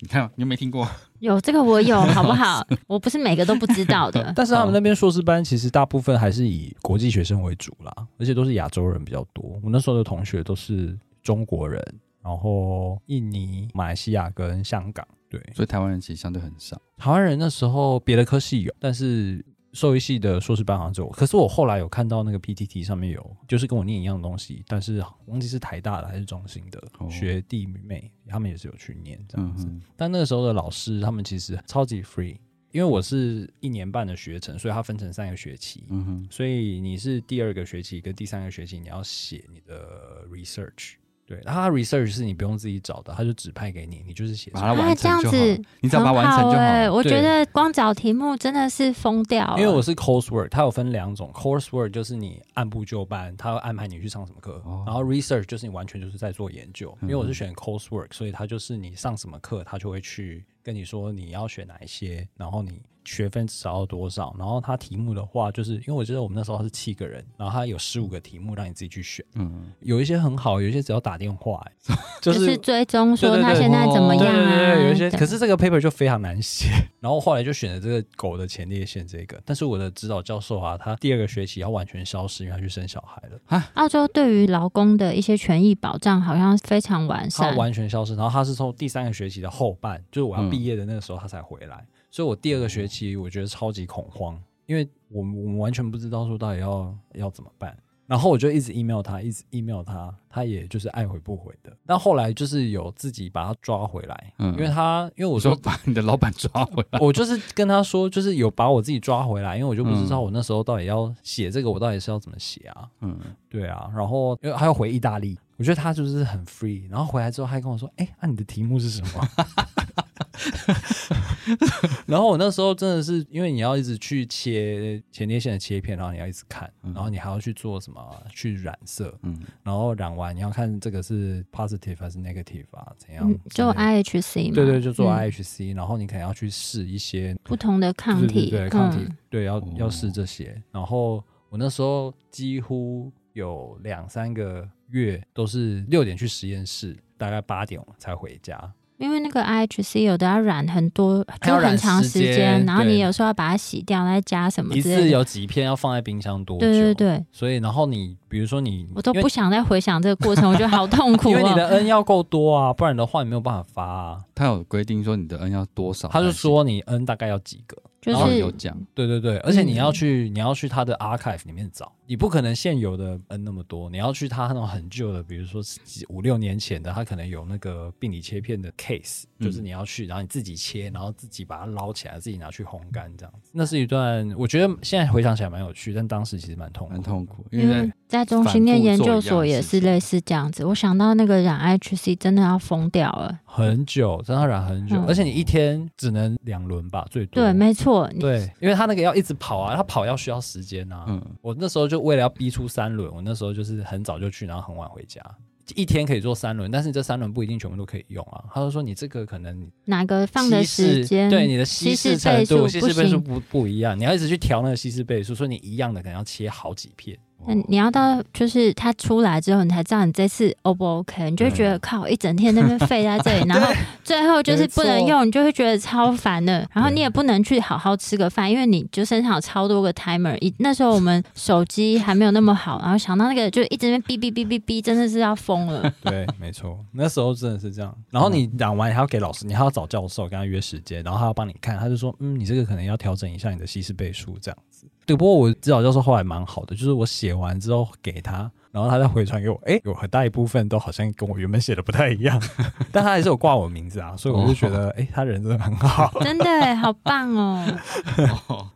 Speaker 4: 你看你有没有听过？
Speaker 1: 有这个我
Speaker 3: *laughs*。
Speaker 1: 有，好不好？我不是每个都不知道的
Speaker 3: 但是他们那边硕士班其实大部分还是以国际学生为主啦，而且都是亚洲人比较多。我那时候的同学都是中国人，然后印尼、马来西亚跟香港。对，
Speaker 4: 所以台湾人其实相对很少。
Speaker 3: 台湾人那时候别的科系有，但是兽医系的硕士班好像只有我。可是我后来有看到那个 PTT 上面有，就是跟我念一样的东西，但是忘记是台大的还是中心的、
Speaker 4: 哦
Speaker 3: 学弟妹，他们也是有去念这
Speaker 4: 嗯
Speaker 3: 样子。
Speaker 4: 哼，
Speaker 3: 但那个时候的老师他们其实超级 free，因为我是一年半的学程，所以它分成三个学期。
Speaker 4: 嗯哼，
Speaker 3: 所以你是第二个学期跟第三个学期，你要写你的 research，对，然后它 research 是你不用自己找的，他就指派给你，你就是写出
Speaker 4: 把
Speaker 3: 来。
Speaker 4: 它
Speaker 1: 啊
Speaker 4: 完
Speaker 1: 这样
Speaker 4: 成就好
Speaker 1: 子
Speaker 4: 了。你只要把它完成就
Speaker 1: 很
Speaker 4: 好
Speaker 1: 欸
Speaker 4: 了。
Speaker 1: 我
Speaker 3: 对
Speaker 1: 觉得光找题目真的是疯掉
Speaker 4: 啊
Speaker 1: 了。
Speaker 3: 因为我是 coursework，它有分两种，coursework 就是你按部就班，它会安排你去上什么课，
Speaker 4: 哦
Speaker 3: 然后 research 就是你完全就是在做研究。因为
Speaker 4: 嗯
Speaker 3: 我是选 coursework，所以它就是你上什么课，它就会去跟你说你要选哪一些，然后你学分至少要多少，然后它题目的话，就是因为我觉得我们那时候是七个人，然后它有十五个题目让你自己去选，
Speaker 4: 嗯，
Speaker 3: 有一些很好，有一些只要打电话、欸
Speaker 4: *laughs*
Speaker 3: 就
Speaker 1: 就是是追踪说
Speaker 3: 对对
Speaker 1: 他
Speaker 3: 对
Speaker 1: 现在怎么
Speaker 3: 对
Speaker 1: 样
Speaker 3: 对
Speaker 1: 啊？
Speaker 3: 对，有一些。
Speaker 1: 这样
Speaker 3: 可是这个 paper 就非常难写， *laughs* 然后后来就选了这个狗的前列腺这个，但是我的指导教授啊，他第二个学期要完全消失，因为他去生小孩了，
Speaker 1: 澳洲对于劳工的一些权益保障好像非常完
Speaker 3: 他
Speaker 1: 善。
Speaker 3: 完全消失，然后他是从第三个学期的后半，就是我要毕业的那个时候他才回来，
Speaker 1: 嗯
Speaker 3: 所以我第二个学期我觉得超级恐慌，因为我们我们完全不知道说到底要要怎么办。然后我就一直 email 他，一直 email 他，他也就是爱回不回的。但后来就是有自己把他抓回来，
Speaker 4: 嗯
Speaker 3: 因为他因为我
Speaker 4: 我说
Speaker 3: 说。
Speaker 4: 把你的老板抓回
Speaker 3: *laughs*
Speaker 4: 来，
Speaker 3: 我就是跟他说，就是有把我自己抓回来，因为我就不知道我那时候到底要写这个，我到底是要怎么写啊？
Speaker 4: 嗯，
Speaker 3: 对啊，然后因为还要回意大利，我觉得他就是很 free，然后回来之后他还跟我说：“哎、那、你的题目是什么？” *laughs* 然后我那时候真的是因为你要一直去切前列腺的切片，然后你要一直看，然后你还要去做什么去染色，
Speaker 4: 嗯
Speaker 3: 然后染完你要看这个是 positive 还是 negative 啊，怎样
Speaker 1: 嗯，
Speaker 3: 之
Speaker 1: 就
Speaker 3: 类的
Speaker 1: IHC 嘛，
Speaker 3: 对对，就做
Speaker 1: 嗯
Speaker 3: IHC，、然后你可能要去试一些
Speaker 1: 不同的抗体，
Speaker 3: 对对对抗体，
Speaker 1: 嗯
Speaker 3: 对要要试
Speaker 4: 哦
Speaker 3: 这些。然后我那时候几乎有两三个月都是六点去实验室，大概八点才回家。
Speaker 1: 因为那个 IHC 有的要染很多，
Speaker 3: 还要
Speaker 1: 就
Speaker 3: 染
Speaker 1: 很长
Speaker 3: 时
Speaker 1: 时
Speaker 3: 间
Speaker 1: 间，然后
Speaker 3: 对
Speaker 1: 你有时候要把它洗掉，再加什么
Speaker 3: 一
Speaker 1: 之类嗯
Speaker 3: 次
Speaker 1: 的。
Speaker 3: 有几片要放在冰箱多久？
Speaker 1: 对对对，
Speaker 3: 所以然后你比如说你，
Speaker 1: 我都
Speaker 3: 因为
Speaker 1: 不想再回想这个过
Speaker 3: *laughs*
Speaker 1: 程，我觉得好痛苦
Speaker 3: 因为你
Speaker 1: 哦。 *laughs*
Speaker 3: 的 N 要够多啊，不然的话你没有办法发啊。
Speaker 4: 他有规定说你的 N 要多少才
Speaker 3: 他
Speaker 4: 行，
Speaker 3: 就说你 N 大概要几个，
Speaker 1: 就
Speaker 4: 然后
Speaker 1: 是
Speaker 4: 有讲，
Speaker 3: 对对对，而且
Speaker 1: 嗯
Speaker 3: 你要去、你要去他的 archive 里面找，你不可能现有的 N 那么多，你要去他那种很旧的，比如说几五六年前的，他可能有那个病理切片的 case，
Speaker 4: 嗯
Speaker 3: 就是你要去，然后你自己切，然后自己把它捞起来，自己拿去烘干这样子。那是一段我觉得现在回想起来蛮有趣，但当时其实蛮痛苦的
Speaker 4: 蛮痛苦，因
Speaker 1: 因
Speaker 4: 为
Speaker 1: 为在中心念研究所也是类似这样子，我想到那个染 IHC 真的要疯掉了。
Speaker 3: 很久，真的染很久，
Speaker 1: 嗯
Speaker 3: 而且你一天只能两轮吧，最多。
Speaker 1: 对，没错，你
Speaker 3: 对，因为他那个要一直跑啊，他跑要需要时间啊。
Speaker 4: 嗯，
Speaker 3: 我那时候就为了要逼出三轮，我那时候就是很早就去，然后很晚回家。一天可以做三轮，但是你这三轮不一定全部都可以用啊。他就说你这个可能你
Speaker 1: 哪个放的
Speaker 3: 稀释
Speaker 1: 时间，
Speaker 3: 对你的
Speaker 1: 稀
Speaker 3: 稀释程
Speaker 1: 倍数
Speaker 3: 度、稀
Speaker 1: 不
Speaker 3: 释倍数
Speaker 1: 行，
Speaker 3: 不不一样，你要一直去调那个稀释倍数，所以你一样的可能要切好几片。
Speaker 1: 那你要到就是它出来之后，你才知道你这次 O 不 OK，你就会觉得靠，一整天在那边废在
Speaker 3: *laughs*
Speaker 1: 这里，然后最后就是不能
Speaker 3: 嗯没错
Speaker 1: 用，你就会觉得超烦的。然后你
Speaker 3: 对
Speaker 1: 也不能去好好吃个饭，因为你就身上有超多个 timer 一。那时候我们手机还没有那么好，然后想到那个就一直在那边哔哔哔哔哔，真的是要疯了。
Speaker 3: *laughs* 对，没错，那时候真的是这样。然后你染完，你还要给老师，你还要找教授跟他约时间，然后他要帮你看，他就说，嗯，你这个可能要调整一下你的稀释倍数这样子。对，不过我指导教授后来蛮好的，就是我写完之后给他，然后他再回传给我，诶，有很大一部分都好像跟我原本写的不太一样， *laughs* 但他还是有挂我名字啊，所以我就觉得，诶，他人真的很好，
Speaker 1: 真的耶好棒哦！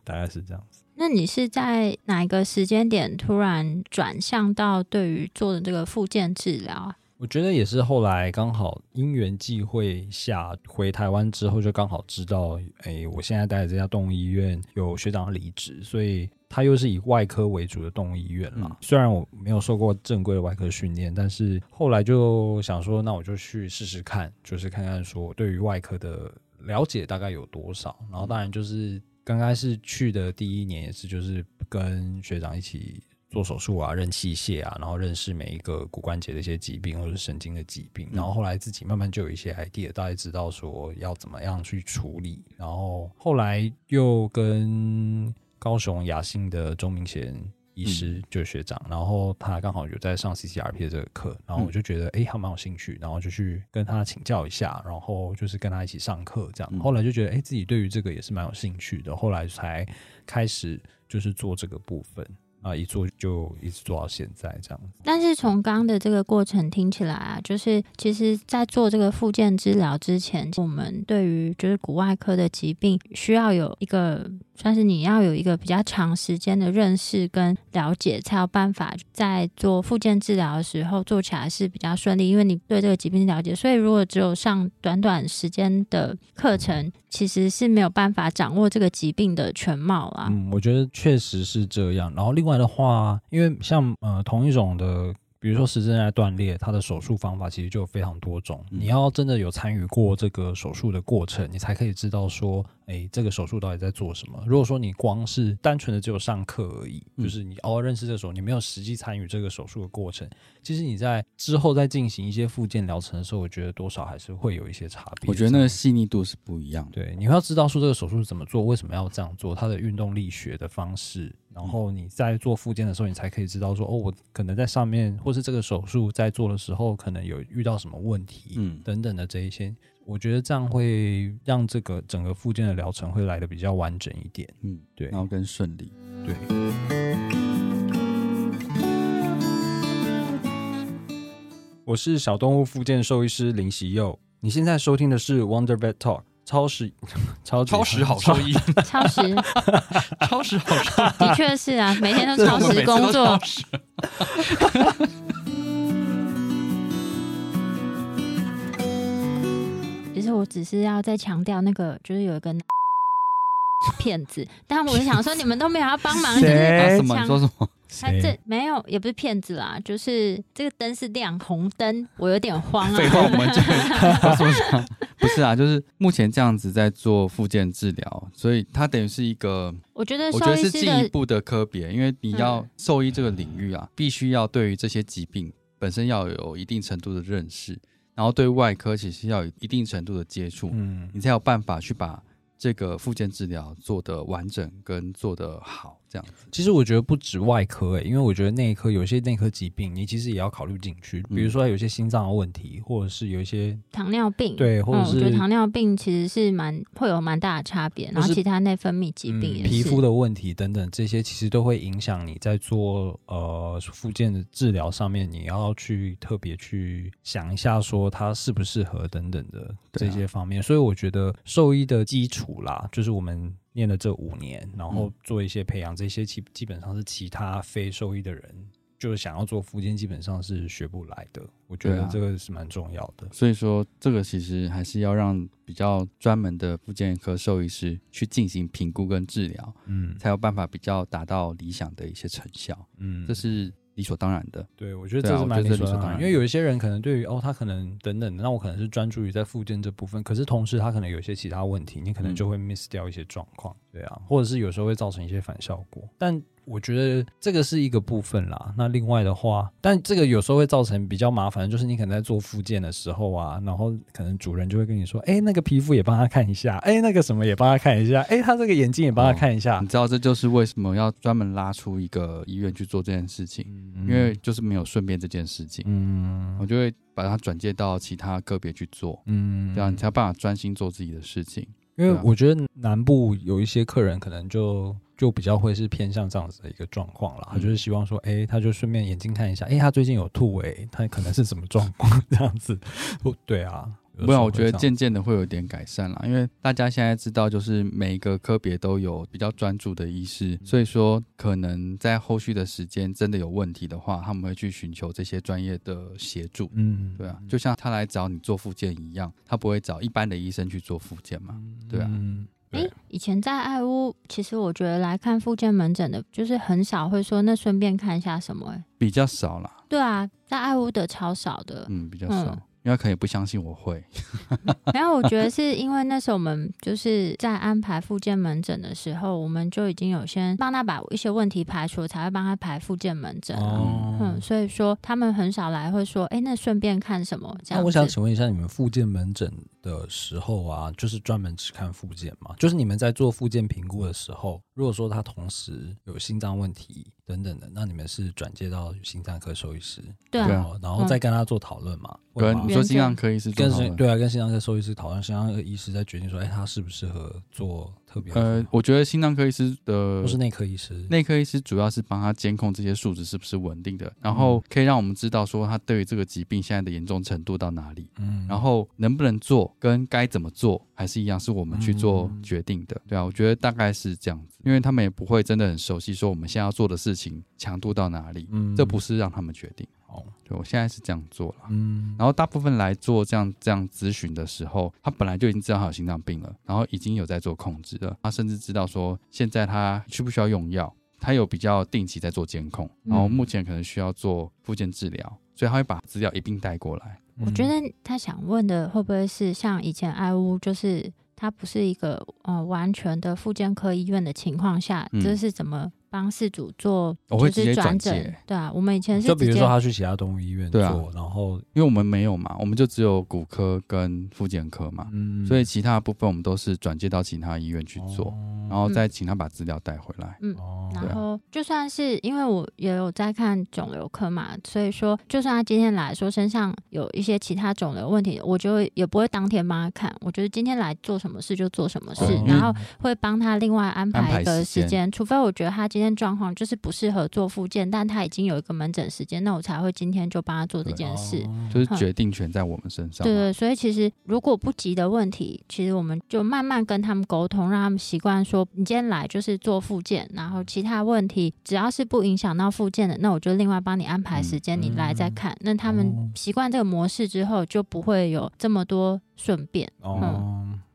Speaker 3: 大概是这样。
Speaker 1: 那你是在哪一个时间点突然转向到对于做的这个复健治疗啊？
Speaker 3: 我觉得也是后来刚好因缘际会下回台湾之后，就刚好知道，哎，我现在待的这家动物医院有学长离职，所以他又是以外科为主的动物医院啦。
Speaker 4: 嗯
Speaker 3: 虽然我没有受过正规的外科训练，但是后来就想说，那我就去试试看，就是看看说我对于外科的了解大概有多少。然后当然就是刚开始去的第一年也是就是跟学长一起做手术啊，认器械啊，然后认识每一个骨关节的一些疾病或者是神经的疾病，然后后来自己慢慢就有一些 idea，大概知道说要怎么样去处理，然后后来又跟高雄雅信的钟明贤。医师就是学长，然后他刚好有在上 CCRP 的这个课，然后我就觉得诶，还蛮有兴趣，然后就去跟他请教一下，然后就是跟他一起上课这样，
Speaker 4: 嗯
Speaker 3: 后来就觉得诶，自己对于这个也是蛮有兴趣的，后来才开始就是做这个部分啊，一做就一直做到现在这样子。
Speaker 1: 但是从刚刚的这个过程听起来啊，就是其实，在做这个复健治疗之前，我们对于就是骨外科的疾病，需要有一个算是你要有一个比较长时间的认识跟了解，才有办法在做复健治疗的时候做起来是比较顺利，因为你对这个疾病了解。所以如果只有上短短时间的课程，其实是没有办法掌握这个疾病的全貌啊啦。
Speaker 3: 嗯，我觉得确实是这样。然后另外的话，因为像呃同一种的。比如说实证在断裂，它的手术方法其实就有非常多种。
Speaker 4: 嗯
Speaker 3: 你要真的有参与过这个手术的过程，你才可以知道说，哎，这个手术到底在做什么。如果说你光是单纯的只有上课而已，
Speaker 4: 嗯
Speaker 3: 就是你偶尔认识这个手，你没有实际参与这个手术的过程，其实你在之后在进行一些复健疗程的时候，我觉得多少还是会有一些差别。
Speaker 4: 我觉得那个细腻度是不一样的，
Speaker 3: 对，你要知道说这个手术怎么做，为什么要这样做，它的运动力学的方式，然后你在做复健的时候，你才可以知道说，哦，我可能在上面或是这个手术在做的时候，可能有遇到什么问题，
Speaker 4: 嗯
Speaker 3: 等等的这一些，我觉得这样会让这个整个复健的疗程会来的比较完整一点。
Speaker 4: 嗯，
Speaker 3: 对
Speaker 4: 然后更顺利，
Speaker 3: 对。我是小动物复健兽医师林喜佑。你现在收听的是 Wonder Vet Talk 超时 *laughs* 超级
Speaker 4: 超时好兽 *laughs* 医，
Speaker 1: *laughs* 超时
Speaker 4: 超时好兽医，
Speaker 1: 的确是啊，每天都超
Speaker 4: 我们每
Speaker 1: 时
Speaker 4: 次都
Speaker 1: 工作
Speaker 4: 超。时
Speaker 1: 其实我只是要再强调那个，就是有一个骗子，但我想说你们都没有要帮忙，就是
Speaker 4: 啊
Speaker 3: 谁
Speaker 4: 什么？你说什么？
Speaker 1: 他这没有，也不是骗子啦，就是这个灯是亮红灯，我有点慌
Speaker 4: *laughs* 废
Speaker 1: 啊。
Speaker 4: 话，我们这个说什么？不是啊，就是目前这样子在做复健治疗，所以它等于是一个，
Speaker 1: *laughs* 我觉得
Speaker 4: 我
Speaker 1: 兽
Speaker 4: 觉得
Speaker 1: 医
Speaker 4: 是
Speaker 1: 师
Speaker 4: 进一
Speaker 1: 的
Speaker 4: 步的科别，因为你要
Speaker 1: 嗯
Speaker 4: 兽医这个领域啊，必须要对于这些疾病本身要有一定程度的认识，然后对外科其实要有一定程度的接触，
Speaker 3: 嗯
Speaker 4: 你才有办法去把这个复健治疗做得完整跟做得好，这样子。
Speaker 3: 其实我觉得不止外科、欸，因为我觉得内科有些内科疾病，你其实也要考虑进去，
Speaker 1: 嗯
Speaker 3: 比如说有一些心脏的问题，或者是有一些
Speaker 1: 糖尿病，
Speaker 3: 对或者
Speaker 1: 嗯，我觉得
Speaker 3: 是
Speaker 1: 糖尿病其实是蛮会有蛮大的差别，然
Speaker 3: 或
Speaker 1: 后
Speaker 3: 是
Speaker 1: 其他内分泌疾病也是。
Speaker 3: 嗯、皮肤的问题等等，这些其实都会影响你在做呃附件的治疗上面，你要去特别去想一下，说它适不适合等等的
Speaker 4: 对
Speaker 3: 这
Speaker 4: 啊
Speaker 3: 些方面。所以我觉得兽医的基础啦，就是我们念了这五年，然后
Speaker 4: 嗯
Speaker 3: 做一些培养，这些基基本上是其他非兽医的人。就是想要做附件，基本上是学不来的。我觉
Speaker 4: 对
Speaker 3: 得
Speaker 4: 啊
Speaker 3: 这个是蛮重要的。
Speaker 4: 所以说，这个其实还是要让比较专门的复健科兽医师去进行评估跟治疗，
Speaker 3: 嗯
Speaker 4: 才有办法比较达到理想的一些成效，
Speaker 3: 嗯，
Speaker 4: 这是理所当然的。
Speaker 3: 对，我觉得
Speaker 4: 对啊
Speaker 3: 这是
Speaker 4: 我
Speaker 3: 蛮
Speaker 4: 觉
Speaker 3: 理
Speaker 4: 得
Speaker 3: 所
Speaker 4: 这理所
Speaker 3: 当
Speaker 4: 当然
Speaker 3: 然，因为有一些人可能对于哦，他可能等等的，那我可能是专注于在附件这部分，可是同时他可能有一些其他问题，你可能
Speaker 4: 嗯
Speaker 3: 就会 miss 掉一些状况，对啊，或者是有时候会造成一些反效果，但。我觉得这个是一个部分啦。那另外的话，但这个有时候会造成比较麻烦，就是你可能在做附件的时候啊，然后可能主人就会跟你说：“哎，那个皮肤也帮他看一下，哎，那个什么也帮他看一下，哎，他这个眼睛也帮
Speaker 4: 哦
Speaker 3: 他看一下。
Speaker 4: 你知道，这就是为什么要专门拉出一个医院去做这件事情，
Speaker 3: 嗯”
Speaker 4: 因为就是没有顺便这件事情，
Speaker 3: 嗯
Speaker 4: 我就会把它转介到其他个别去做，
Speaker 3: 嗯
Speaker 4: 这样你才有办法专心做自己的事情。
Speaker 3: 因为
Speaker 4: 对啊
Speaker 3: 我觉得南部有一些客人可能就就比较会是偏向这样子的一个状况啦，他
Speaker 4: 嗯
Speaker 3: 就是希望说，哎、他就顺便眼睛看一下，哎、他最近有吐、哎，他可能是什么状况这样子， *laughs* 不对啊，有
Speaker 4: 不
Speaker 3: 时
Speaker 4: 然
Speaker 3: 候
Speaker 4: 我
Speaker 3: 会
Speaker 4: 觉得
Speaker 3: 这样
Speaker 4: 渐渐的会有点改善啦，因为大家现在知道，就是每一个科别都有比较专注的医师，
Speaker 3: 嗯
Speaker 4: 所以说可能在后续的时间真的有问题的话，他们会去寻求这些专业的协助。
Speaker 3: 嗯，
Speaker 4: 对啊，就像他来找你做复健一样，他不会找一般的医生去做复健嘛？对啊
Speaker 3: 嗯
Speaker 1: 哎、
Speaker 3: 对
Speaker 1: 以前在爱屋，其实我觉得来看附件门诊的，就是很少会说那顺便看一下什么、欸。
Speaker 4: 比较少啦，
Speaker 1: 对啊，在爱屋的超少的。
Speaker 4: 嗯，比较少，
Speaker 1: 嗯
Speaker 4: 因为他可能也不相信我会。
Speaker 1: 然后我觉得是因为那时候我们就是在安排附件门诊的时候，我们就已经有先帮他把一些问题排除，才会帮他排附件门诊啊、
Speaker 3: 哦
Speaker 1: 嗯，所以说他们很少来会说，哎、那顺便看什么这
Speaker 3: 那
Speaker 1: 样
Speaker 3: 我想
Speaker 1: 子。
Speaker 3: 请问一下，你们复健门诊的时候啊，就是专门只看复健吗？就是你们在做复健评估的时候，如果说他同时有心脏问题等等的，那你们是转介到心脏科兽医师，
Speaker 1: 对
Speaker 4: 对
Speaker 1: 啊
Speaker 4: 啊，
Speaker 3: 哦然后再跟他做讨论嘛？
Speaker 4: 对
Speaker 3: 会
Speaker 4: 啊，
Speaker 3: 吗
Speaker 4: 你
Speaker 1: 原
Speaker 4: 说
Speaker 1: 则
Speaker 4: 心脏科医师做
Speaker 3: 跟
Speaker 4: 好
Speaker 3: 谁
Speaker 4: 了
Speaker 3: 对啊，跟心脏科兽医师讨论，心脏科医师再决定说，哎，他适不适合做特别
Speaker 4: 呃
Speaker 3: 的，，
Speaker 4: 我觉得心脏科医师的
Speaker 3: 不是内科医师，
Speaker 4: 内科医师主要是帮他监控这些数值是不是稳定
Speaker 3: 嗯
Speaker 4: 的，然后可以让我们知道说他对于这个疾病现在的严重程度到哪里，
Speaker 3: 嗯
Speaker 4: 然后能不能做跟该怎么做还是一样，是我们去做
Speaker 3: 嗯
Speaker 4: 决定的。对啊，我觉得大概是这样子，因为他们也不会真的很熟悉说我们现在要做的事情强度到哪里，
Speaker 3: 嗯
Speaker 4: 这不是让他们决定。
Speaker 3: 好，
Speaker 4: 对我现在是这样做了。
Speaker 3: 嗯，
Speaker 4: 然后大部分来做这样这样咨询的时候，他本来就已经知道他有心脏病了，然后已经有在做控制了，他甚至知道说现在他需不需要用药，他有比较定期在做监控，
Speaker 1: 嗯
Speaker 4: 然后目前可能需要做复健治疗，所以他会把资料一并带过来。
Speaker 3: 我
Speaker 1: 我觉得他想问的会不会是像以前爱屋，就是它不是一个呃完全的复健科医院的情况下，
Speaker 4: 嗯
Speaker 1: 这是怎么帮事主做？
Speaker 4: 我会
Speaker 1: 就
Speaker 4: 直
Speaker 1: 是
Speaker 4: 接转
Speaker 1: 转
Speaker 4: 介
Speaker 1: 诊，对啊，我们以前是
Speaker 3: 就比
Speaker 1: 直
Speaker 3: 如
Speaker 1: 接
Speaker 3: 说他去其他动物医院做，
Speaker 4: 对啊
Speaker 3: 然后
Speaker 4: 因为我们没有嘛，我们就只有骨科跟复健科嘛，
Speaker 3: 嗯，
Speaker 4: 所以其他的部分我们都是转介到其他医院去做。
Speaker 3: 哦
Speaker 4: 然后再请他把资料带回来。
Speaker 3: 哦，
Speaker 4: 对啊
Speaker 1: 嗯然后就算是因为我也有在看肿瘤科嘛，所以说就算他今天来说身上有一些其他肿瘤问题，我就也不会当天帮他看，我觉得今天来做什么事就做什么事，
Speaker 3: 哦
Speaker 1: 然后会帮他另外安
Speaker 4: 安排
Speaker 1: 排一个
Speaker 4: 时间
Speaker 1: 时间，除非我觉得他今天状况就是不适合做复健，但他已经有一个门诊时间，那我才会今天就帮他做这
Speaker 4: 对哦
Speaker 1: 件事。
Speaker 4: 就是决定权在我们身上嘛。
Speaker 1: 对对，所以其实如果不急的问题，其实我们就慢慢跟他们沟通，让他们习惯说，你今天来就是做复健，然后其他问题只要是不影响到复健的，那我就另外帮你安排时间，你来再看。那他
Speaker 3: 哦
Speaker 1: 们习惯这个模式之后，就不会有这么多顺便。
Speaker 3: 哦，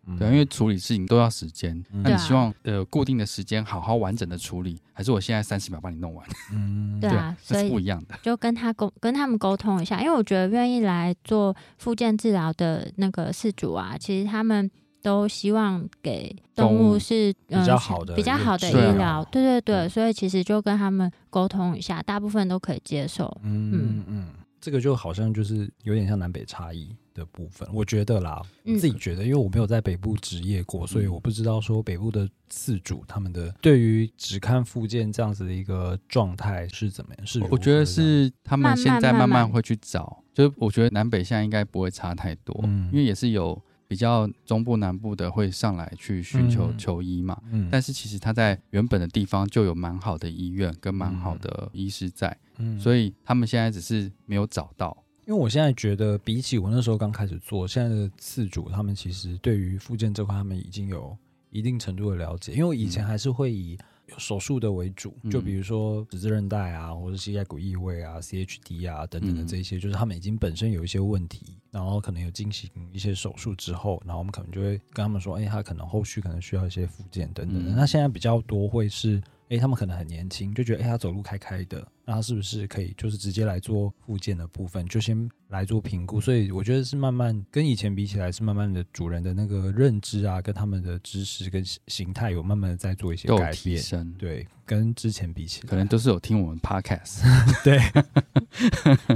Speaker 3: 嗯
Speaker 4: 对，因为处理事情都要时间，
Speaker 3: 嗯
Speaker 4: 那
Speaker 1: 对
Speaker 4: 你
Speaker 1: 啊
Speaker 4: 希望呃固定的时间好好完整的处理，还是我现在三十秒帮你弄完？ *laughs*
Speaker 3: 嗯
Speaker 1: 对啊，
Speaker 4: 这
Speaker 1: 所
Speaker 4: 是
Speaker 1: 以
Speaker 4: 不一样的。
Speaker 1: 就跟他沟跟他们沟通一下，因为我觉得愿意来做复健治疗的那个事主啊，其实他们都希望给动
Speaker 4: 动物
Speaker 1: 物是嗯
Speaker 3: 比较好的
Speaker 1: 比较好的
Speaker 4: 一个治
Speaker 1: 医
Speaker 3: 疗
Speaker 1: 疗，对对
Speaker 3: 嗯
Speaker 1: 对，所以其实就跟他们沟通一下，大部分都可以接受。
Speaker 3: *laughs* 嗯嗯，这个就好像就是有点像南北差异的部分，我觉得啦，我
Speaker 1: 嗯
Speaker 3: 自己觉得，因为我没有在北部职业过，所以我不知道说北部的饲主他们的对于只看附件这样子的一个状态是怎么样，是如
Speaker 4: 我觉得
Speaker 3: 何的，
Speaker 4: 是他们
Speaker 1: 慢慢
Speaker 4: 现在慢
Speaker 1: 慢
Speaker 4: 慢
Speaker 1: 慢
Speaker 4: 会去找，就是我觉得南北现在应该不会差太多，
Speaker 3: 嗯
Speaker 4: 因为也是有比较中部南部的会上来去寻求
Speaker 3: 嗯
Speaker 4: 求医嘛。
Speaker 3: 嗯
Speaker 4: 但是其实他在原本的地方就有蛮好的医院跟蛮好的医师在，
Speaker 3: 嗯
Speaker 4: 所以他们现在只是没有找到。
Speaker 3: 因为我现在觉得，比起我那时候刚开始做，现在的次主他们其实对于附件这块，他们已经有一定程度的了解。因为我以前还是会以手术的为主，
Speaker 4: 嗯
Speaker 3: 就比如说十字韧带啊，或者膝盖骨异位啊、CHD 啊等等的
Speaker 4: 嗯
Speaker 3: 这一些，就是他们已经本身有一些问题，然后可能有进行一些手术之后，然后我们可能就会跟他们说，哎，他可能后续可能需要一些附件等等的。
Speaker 4: 嗯
Speaker 3: 那现在比较多会是诶，他们可能很年轻，就觉得诶，他走路开开的，那他是不是可以就是直接来做复健的部分，就先来做评估？所以我觉得是慢慢跟以前比起来，是慢慢的主人的那个认知啊，跟他们的知识跟形形态有慢慢的在做一些
Speaker 4: 都有
Speaker 3: 改
Speaker 4: 提
Speaker 3: 变。
Speaker 4: 升，
Speaker 3: 对，跟之前比起来，
Speaker 4: 可能都是有听我们 podcast，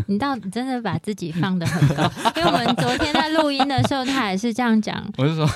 Speaker 1: 你到底真的把自己放得很高， *laughs* 因为我们昨天在录音的时候，他也是这样讲。
Speaker 4: 我就说，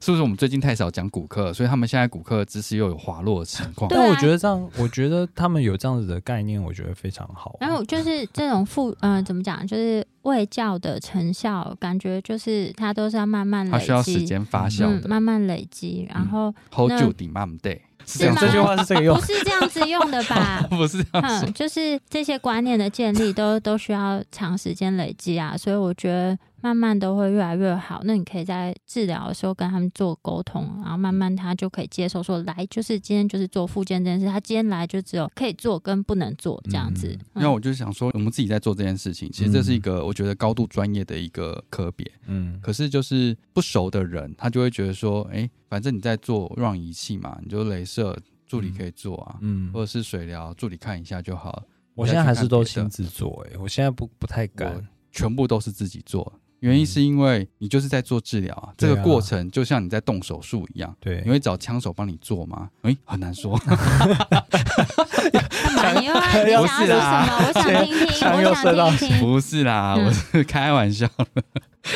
Speaker 4: 是不是我们最近太少讲骨科，所以他们现在骨科的知识又有滑落的情况？
Speaker 1: 对
Speaker 3: 但我
Speaker 1: 啊
Speaker 3: 觉得这样，我觉得他们有这样子的概念，我觉得非常好。
Speaker 1: 然后就是这种复，嗯、怎么讲，就是卫教的成效，感觉就是他都是要慢慢累积，
Speaker 4: 它需要时间发酵
Speaker 1: 嗯，
Speaker 4: 的。
Speaker 1: 慢慢累积，然后
Speaker 4: Hold
Speaker 1: 那
Speaker 4: you 顶 mom day 是这
Speaker 1: 是
Speaker 4: 样
Speaker 1: 吗
Speaker 4: 子？
Speaker 1: 这句话
Speaker 3: 是这个
Speaker 1: 不，是这样子用的吧
Speaker 4: *laughs* 不是啊这样说
Speaker 1: 嗯，。就是这些观念的建立都都需要长时间累积啊，所以我觉得慢慢都会越来越好。那你可以在治疗的时候跟他们做沟通，然后慢慢他就可以接受说来就是今天就是做复健这件事，他今天来就只有可以做跟不能做这样子。嗯
Speaker 4: 因为嗯我就想说，我们自己在做这件事情，其实这是一个我觉得高度专业的一个科别。
Speaker 3: 嗯，
Speaker 4: 可是就是不熟的人，他就会觉得说，哎，反正你在做让仪器嘛，你就镭射助理可以做啊，
Speaker 3: 嗯
Speaker 4: 或，者是水疗助理看一下就好了。
Speaker 3: 我现在还是都亲自做、诶，我现在不不太
Speaker 4: 我
Speaker 3: 敢，
Speaker 4: 全部都是自己做，原
Speaker 1: 嗯
Speaker 4: 因是因为你就是在做治疗啊，这
Speaker 3: 对
Speaker 4: 个
Speaker 3: 啊
Speaker 4: 过程就像你在动手术一样。
Speaker 3: 对，
Speaker 4: 你会找枪手帮你做吗？哎，很难
Speaker 3: *laughs*
Speaker 4: 说。
Speaker 1: 干嘛？你又要你想要说什么？我想听听，
Speaker 3: 想又
Speaker 1: 我
Speaker 3: 射到
Speaker 1: 想听听。
Speaker 4: 不是啦，
Speaker 1: 嗯
Speaker 4: 我是开玩笑的。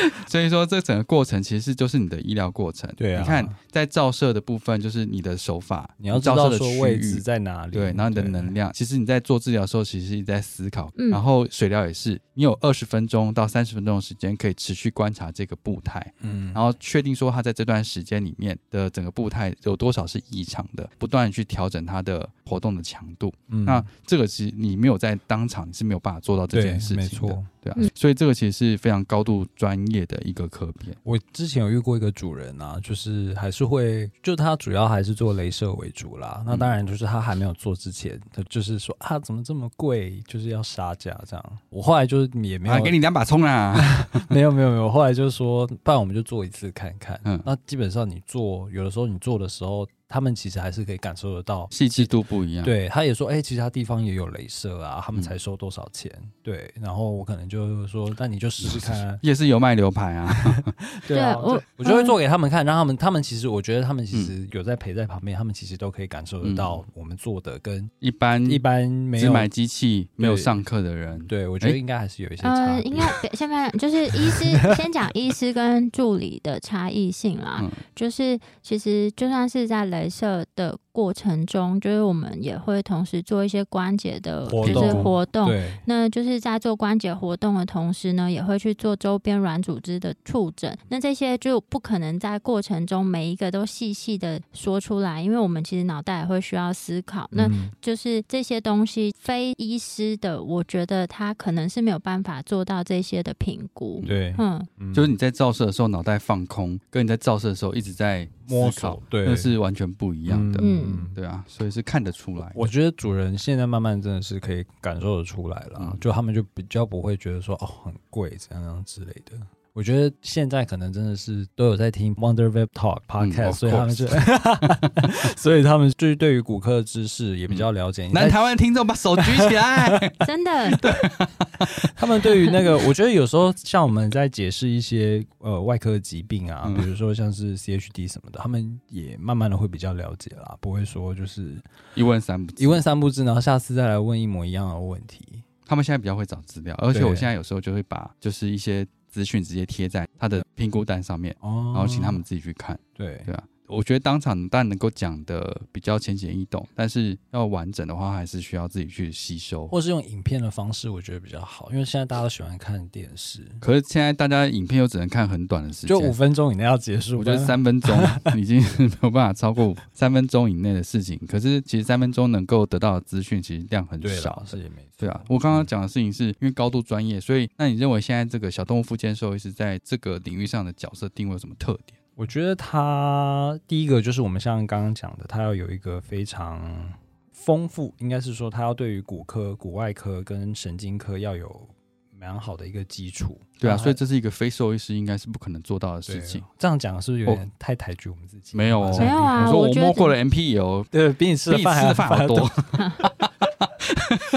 Speaker 4: *laughs* 所以说，这整个过程其实就是你的医疗过程。
Speaker 3: 对啊
Speaker 4: 你看在照射的部分，就是你的手法，
Speaker 3: 你要知
Speaker 4: 照射
Speaker 3: 道
Speaker 4: 的
Speaker 3: 说
Speaker 4: 区
Speaker 3: 位
Speaker 4: 域
Speaker 3: 置在哪里，
Speaker 4: 对，然后你的能量，其实你在做治疗的时候，其实一直在思考。
Speaker 1: 嗯
Speaker 4: 然后水疗也是，你有二十分钟到三十分钟的时间，可以持续观察这个步态，
Speaker 3: 嗯，
Speaker 4: 然后确定说它在这段时间里面的整个步态有多少是异常的，不断地去调整它的活动的强度。
Speaker 3: 嗯
Speaker 4: 那这个其实你没有在当场，你是没有办法做到这
Speaker 3: 对
Speaker 4: 件事情的。
Speaker 3: 没错，
Speaker 4: 对啊
Speaker 1: 嗯，
Speaker 4: 所以这个其实是非常高度专业的一个科别。
Speaker 3: 我之前有遇过一个主人啊，就是还是会，就他主要还是做镭射为主啦。
Speaker 4: 嗯
Speaker 3: 那当然就是他还没有做之前，他就是说啊，怎么这么贵，就是要杀价这样。我后来就是也没有，
Speaker 4: 啊，给你两把葱啊啦。
Speaker 3: 没有没有没有，我后来就说，不然我们就做一次看看。
Speaker 4: 嗯
Speaker 3: 那基本上你做，有的时候你做的时候，他们其实还是可以感受得到
Speaker 4: 细致度不一样。，
Speaker 3: 对，他也说，哎、其他地方也有镭射啊，他们
Speaker 4: 嗯。
Speaker 3: 才收多少钱？对，然后我可能就说，那你就试试看、啊
Speaker 4: 夜市有卖牛排啊。嗯
Speaker 1: 对啊我
Speaker 3: 我就会做给他们看，让他们，他们其实我觉得他们其实有在陪在旁边，他们其实都可以感受得到我们做的跟
Speaker 4: 一般
Speaker 3: 一般没
Speaker 4: 只
Speaker 3: 有。
Speaker 4: 嗯买机器没有
Speaker 3: 对
Speaker 4: 上课的人，
Speaker 3: 对，我觉得
Speaker 4: 哎
Speaker 3: 应该还是有一些差
Speaker 1: 呃，
Speaker 3: 别
Speaker 1: 应。该别先不要讲，就是医
Speaker 3: *laughs*
Speaker 1: 师先讲医师跟助理的差异性啦。
Speaker 4: 嗯
Speaker 1: 就是其实就算是在镭射的过程中，就是我们也会同时做一些关节的，就
Speaker 3: 活
Speaker 1: 是
Speaker 3: 动
Speaker 1: 活动。
Speaker 3: 对，
Speaker 1: 那就是在做关节活动的同时呢，也会去做周边软组织的触诊。那这些就不可能在过程中每一个都细细的说出来，因为我们其实脑袋也会需要思考。那
Speaker 3: 嗯
Speaker 1: 就是这些东西，非医师的，我觉得他可能是没有办法做到这些的评估。
Speaker 3: 对，
Speaker 1: 嗯，
Speaker 3: 嗯
Speaker 4: 就是你在照射的时候脑袋放空，跟你在照射的时候一直在
Speaker 3: 摸
Speaker 4: 思考
Speaker 3: 索，，对，
Speaker 4: 那是完全不一样的。
Speaker 1: 嗯
Speaker 4: 对啊，所以是看得出来的。
Speaker 3: 我觉得主人现在慢慢真的是可以感受得出来了，
Speaker 4: 嗯
Speaker 3: 就他们就比较不会觉得说哦很贵怎样怎样之类的。我觉得现在可能真的是都有在听 Wonder Web Talk
Speaker 4: 嗯 of
Speaker 3: podcast，、所以他们就， *laughs* 所以他们就是对于骨科的知识也比
Speaker 4: 嗯
Speaker 3: 较了解。你在
Speaker 4: 南台湾听众把手举起
Speaker 3: *laughs*
Speaker 4: 来，
Speaker 1: 真
Speaker 4: *laughs*
Speaker 1: 的，
Speaker 3: 他们对于那个，我觉得有时候像我们在解释一些呃外科疾病啊，
Speaker 4: 嗯
Speaker 3: 比如说像是 CHD 什么的，他们也慢慢的会比较了解啦，不会说就是
Speaker 4: 一问三不知。
Speaker 3: 一问三不知，然后下次再来问一模一样的问题。
Speaker 4: 他们现在比较会找资料，而且
Speaker 3: 对
Speaker 4: 我现在有时候就会把就是一些资讯直接贴在他的评估单上面，
Speaker 3: 哦，
Speaker 4: 然后请他们自己去看，
Speaker 3: 对
Speaker 4: 对啊。我觉得当场但能够讲的比较浅显易懂，但是要完整的话，还是需要自己去吸收。
Speaker 3: 或是用影片的方式，我觉得比较好，因为现在大家都喜欢看电视，
Speaker 4: 可是现在大家影片又只能看很短的时间，
Speaker 3: 就五分钟以内要结束。
Speaker 4: 我觉得
Speaker 3: 不然
Speaker 4: 三分
Speaker 3: *laughs*
Speaker 4: 钟已经是没有办法超过三分钟以内的事情。可是其实三分钟能够得到的资讯其实量很
Speaker 3: 对
Speaker 4: 少
Speaker 3: 了，，是也没错
Speaker 4: 对啊，我刚
Speaker 3: 嗯
Speaker 4: 刚讲的事情是因为高度专业，所以那你认为现在这个小动物附件兽医师在这个领域上的角色定位有什么特点？
Speaker 3: 我觉得它第一个就是我们像刚刚讲的，它要有一个非常丰富，应该是说它要对于骨科、骨外科跟神经科要有蛮好的一个基础。
Speaker 4: 对啊，
Speaker 3: 然后
Speaker 4: 所以这是一个非兽医师应该是不可能做到的事
Speaker 3: 对啊
Speaker 4: 情。
Speaker 3: 这样讲是不是有点太抬举我们自己？
Speaker 4: 没有哦
Speaker 3: 马上
Speaker 1: 没有啊
Speaker 4: 我说
Speaker 1: 我
Speaker 4: 我
Speaker 1: 觉得
Speaker 4: 摸过了 MPO，
Speaker 3: *laughs* 对，比你吃
Speaker 4: 比
Speaker 3: 的
Speaker 4: E 你吃
Speaker 3: 饭还
Speaker 4: 的饭好多。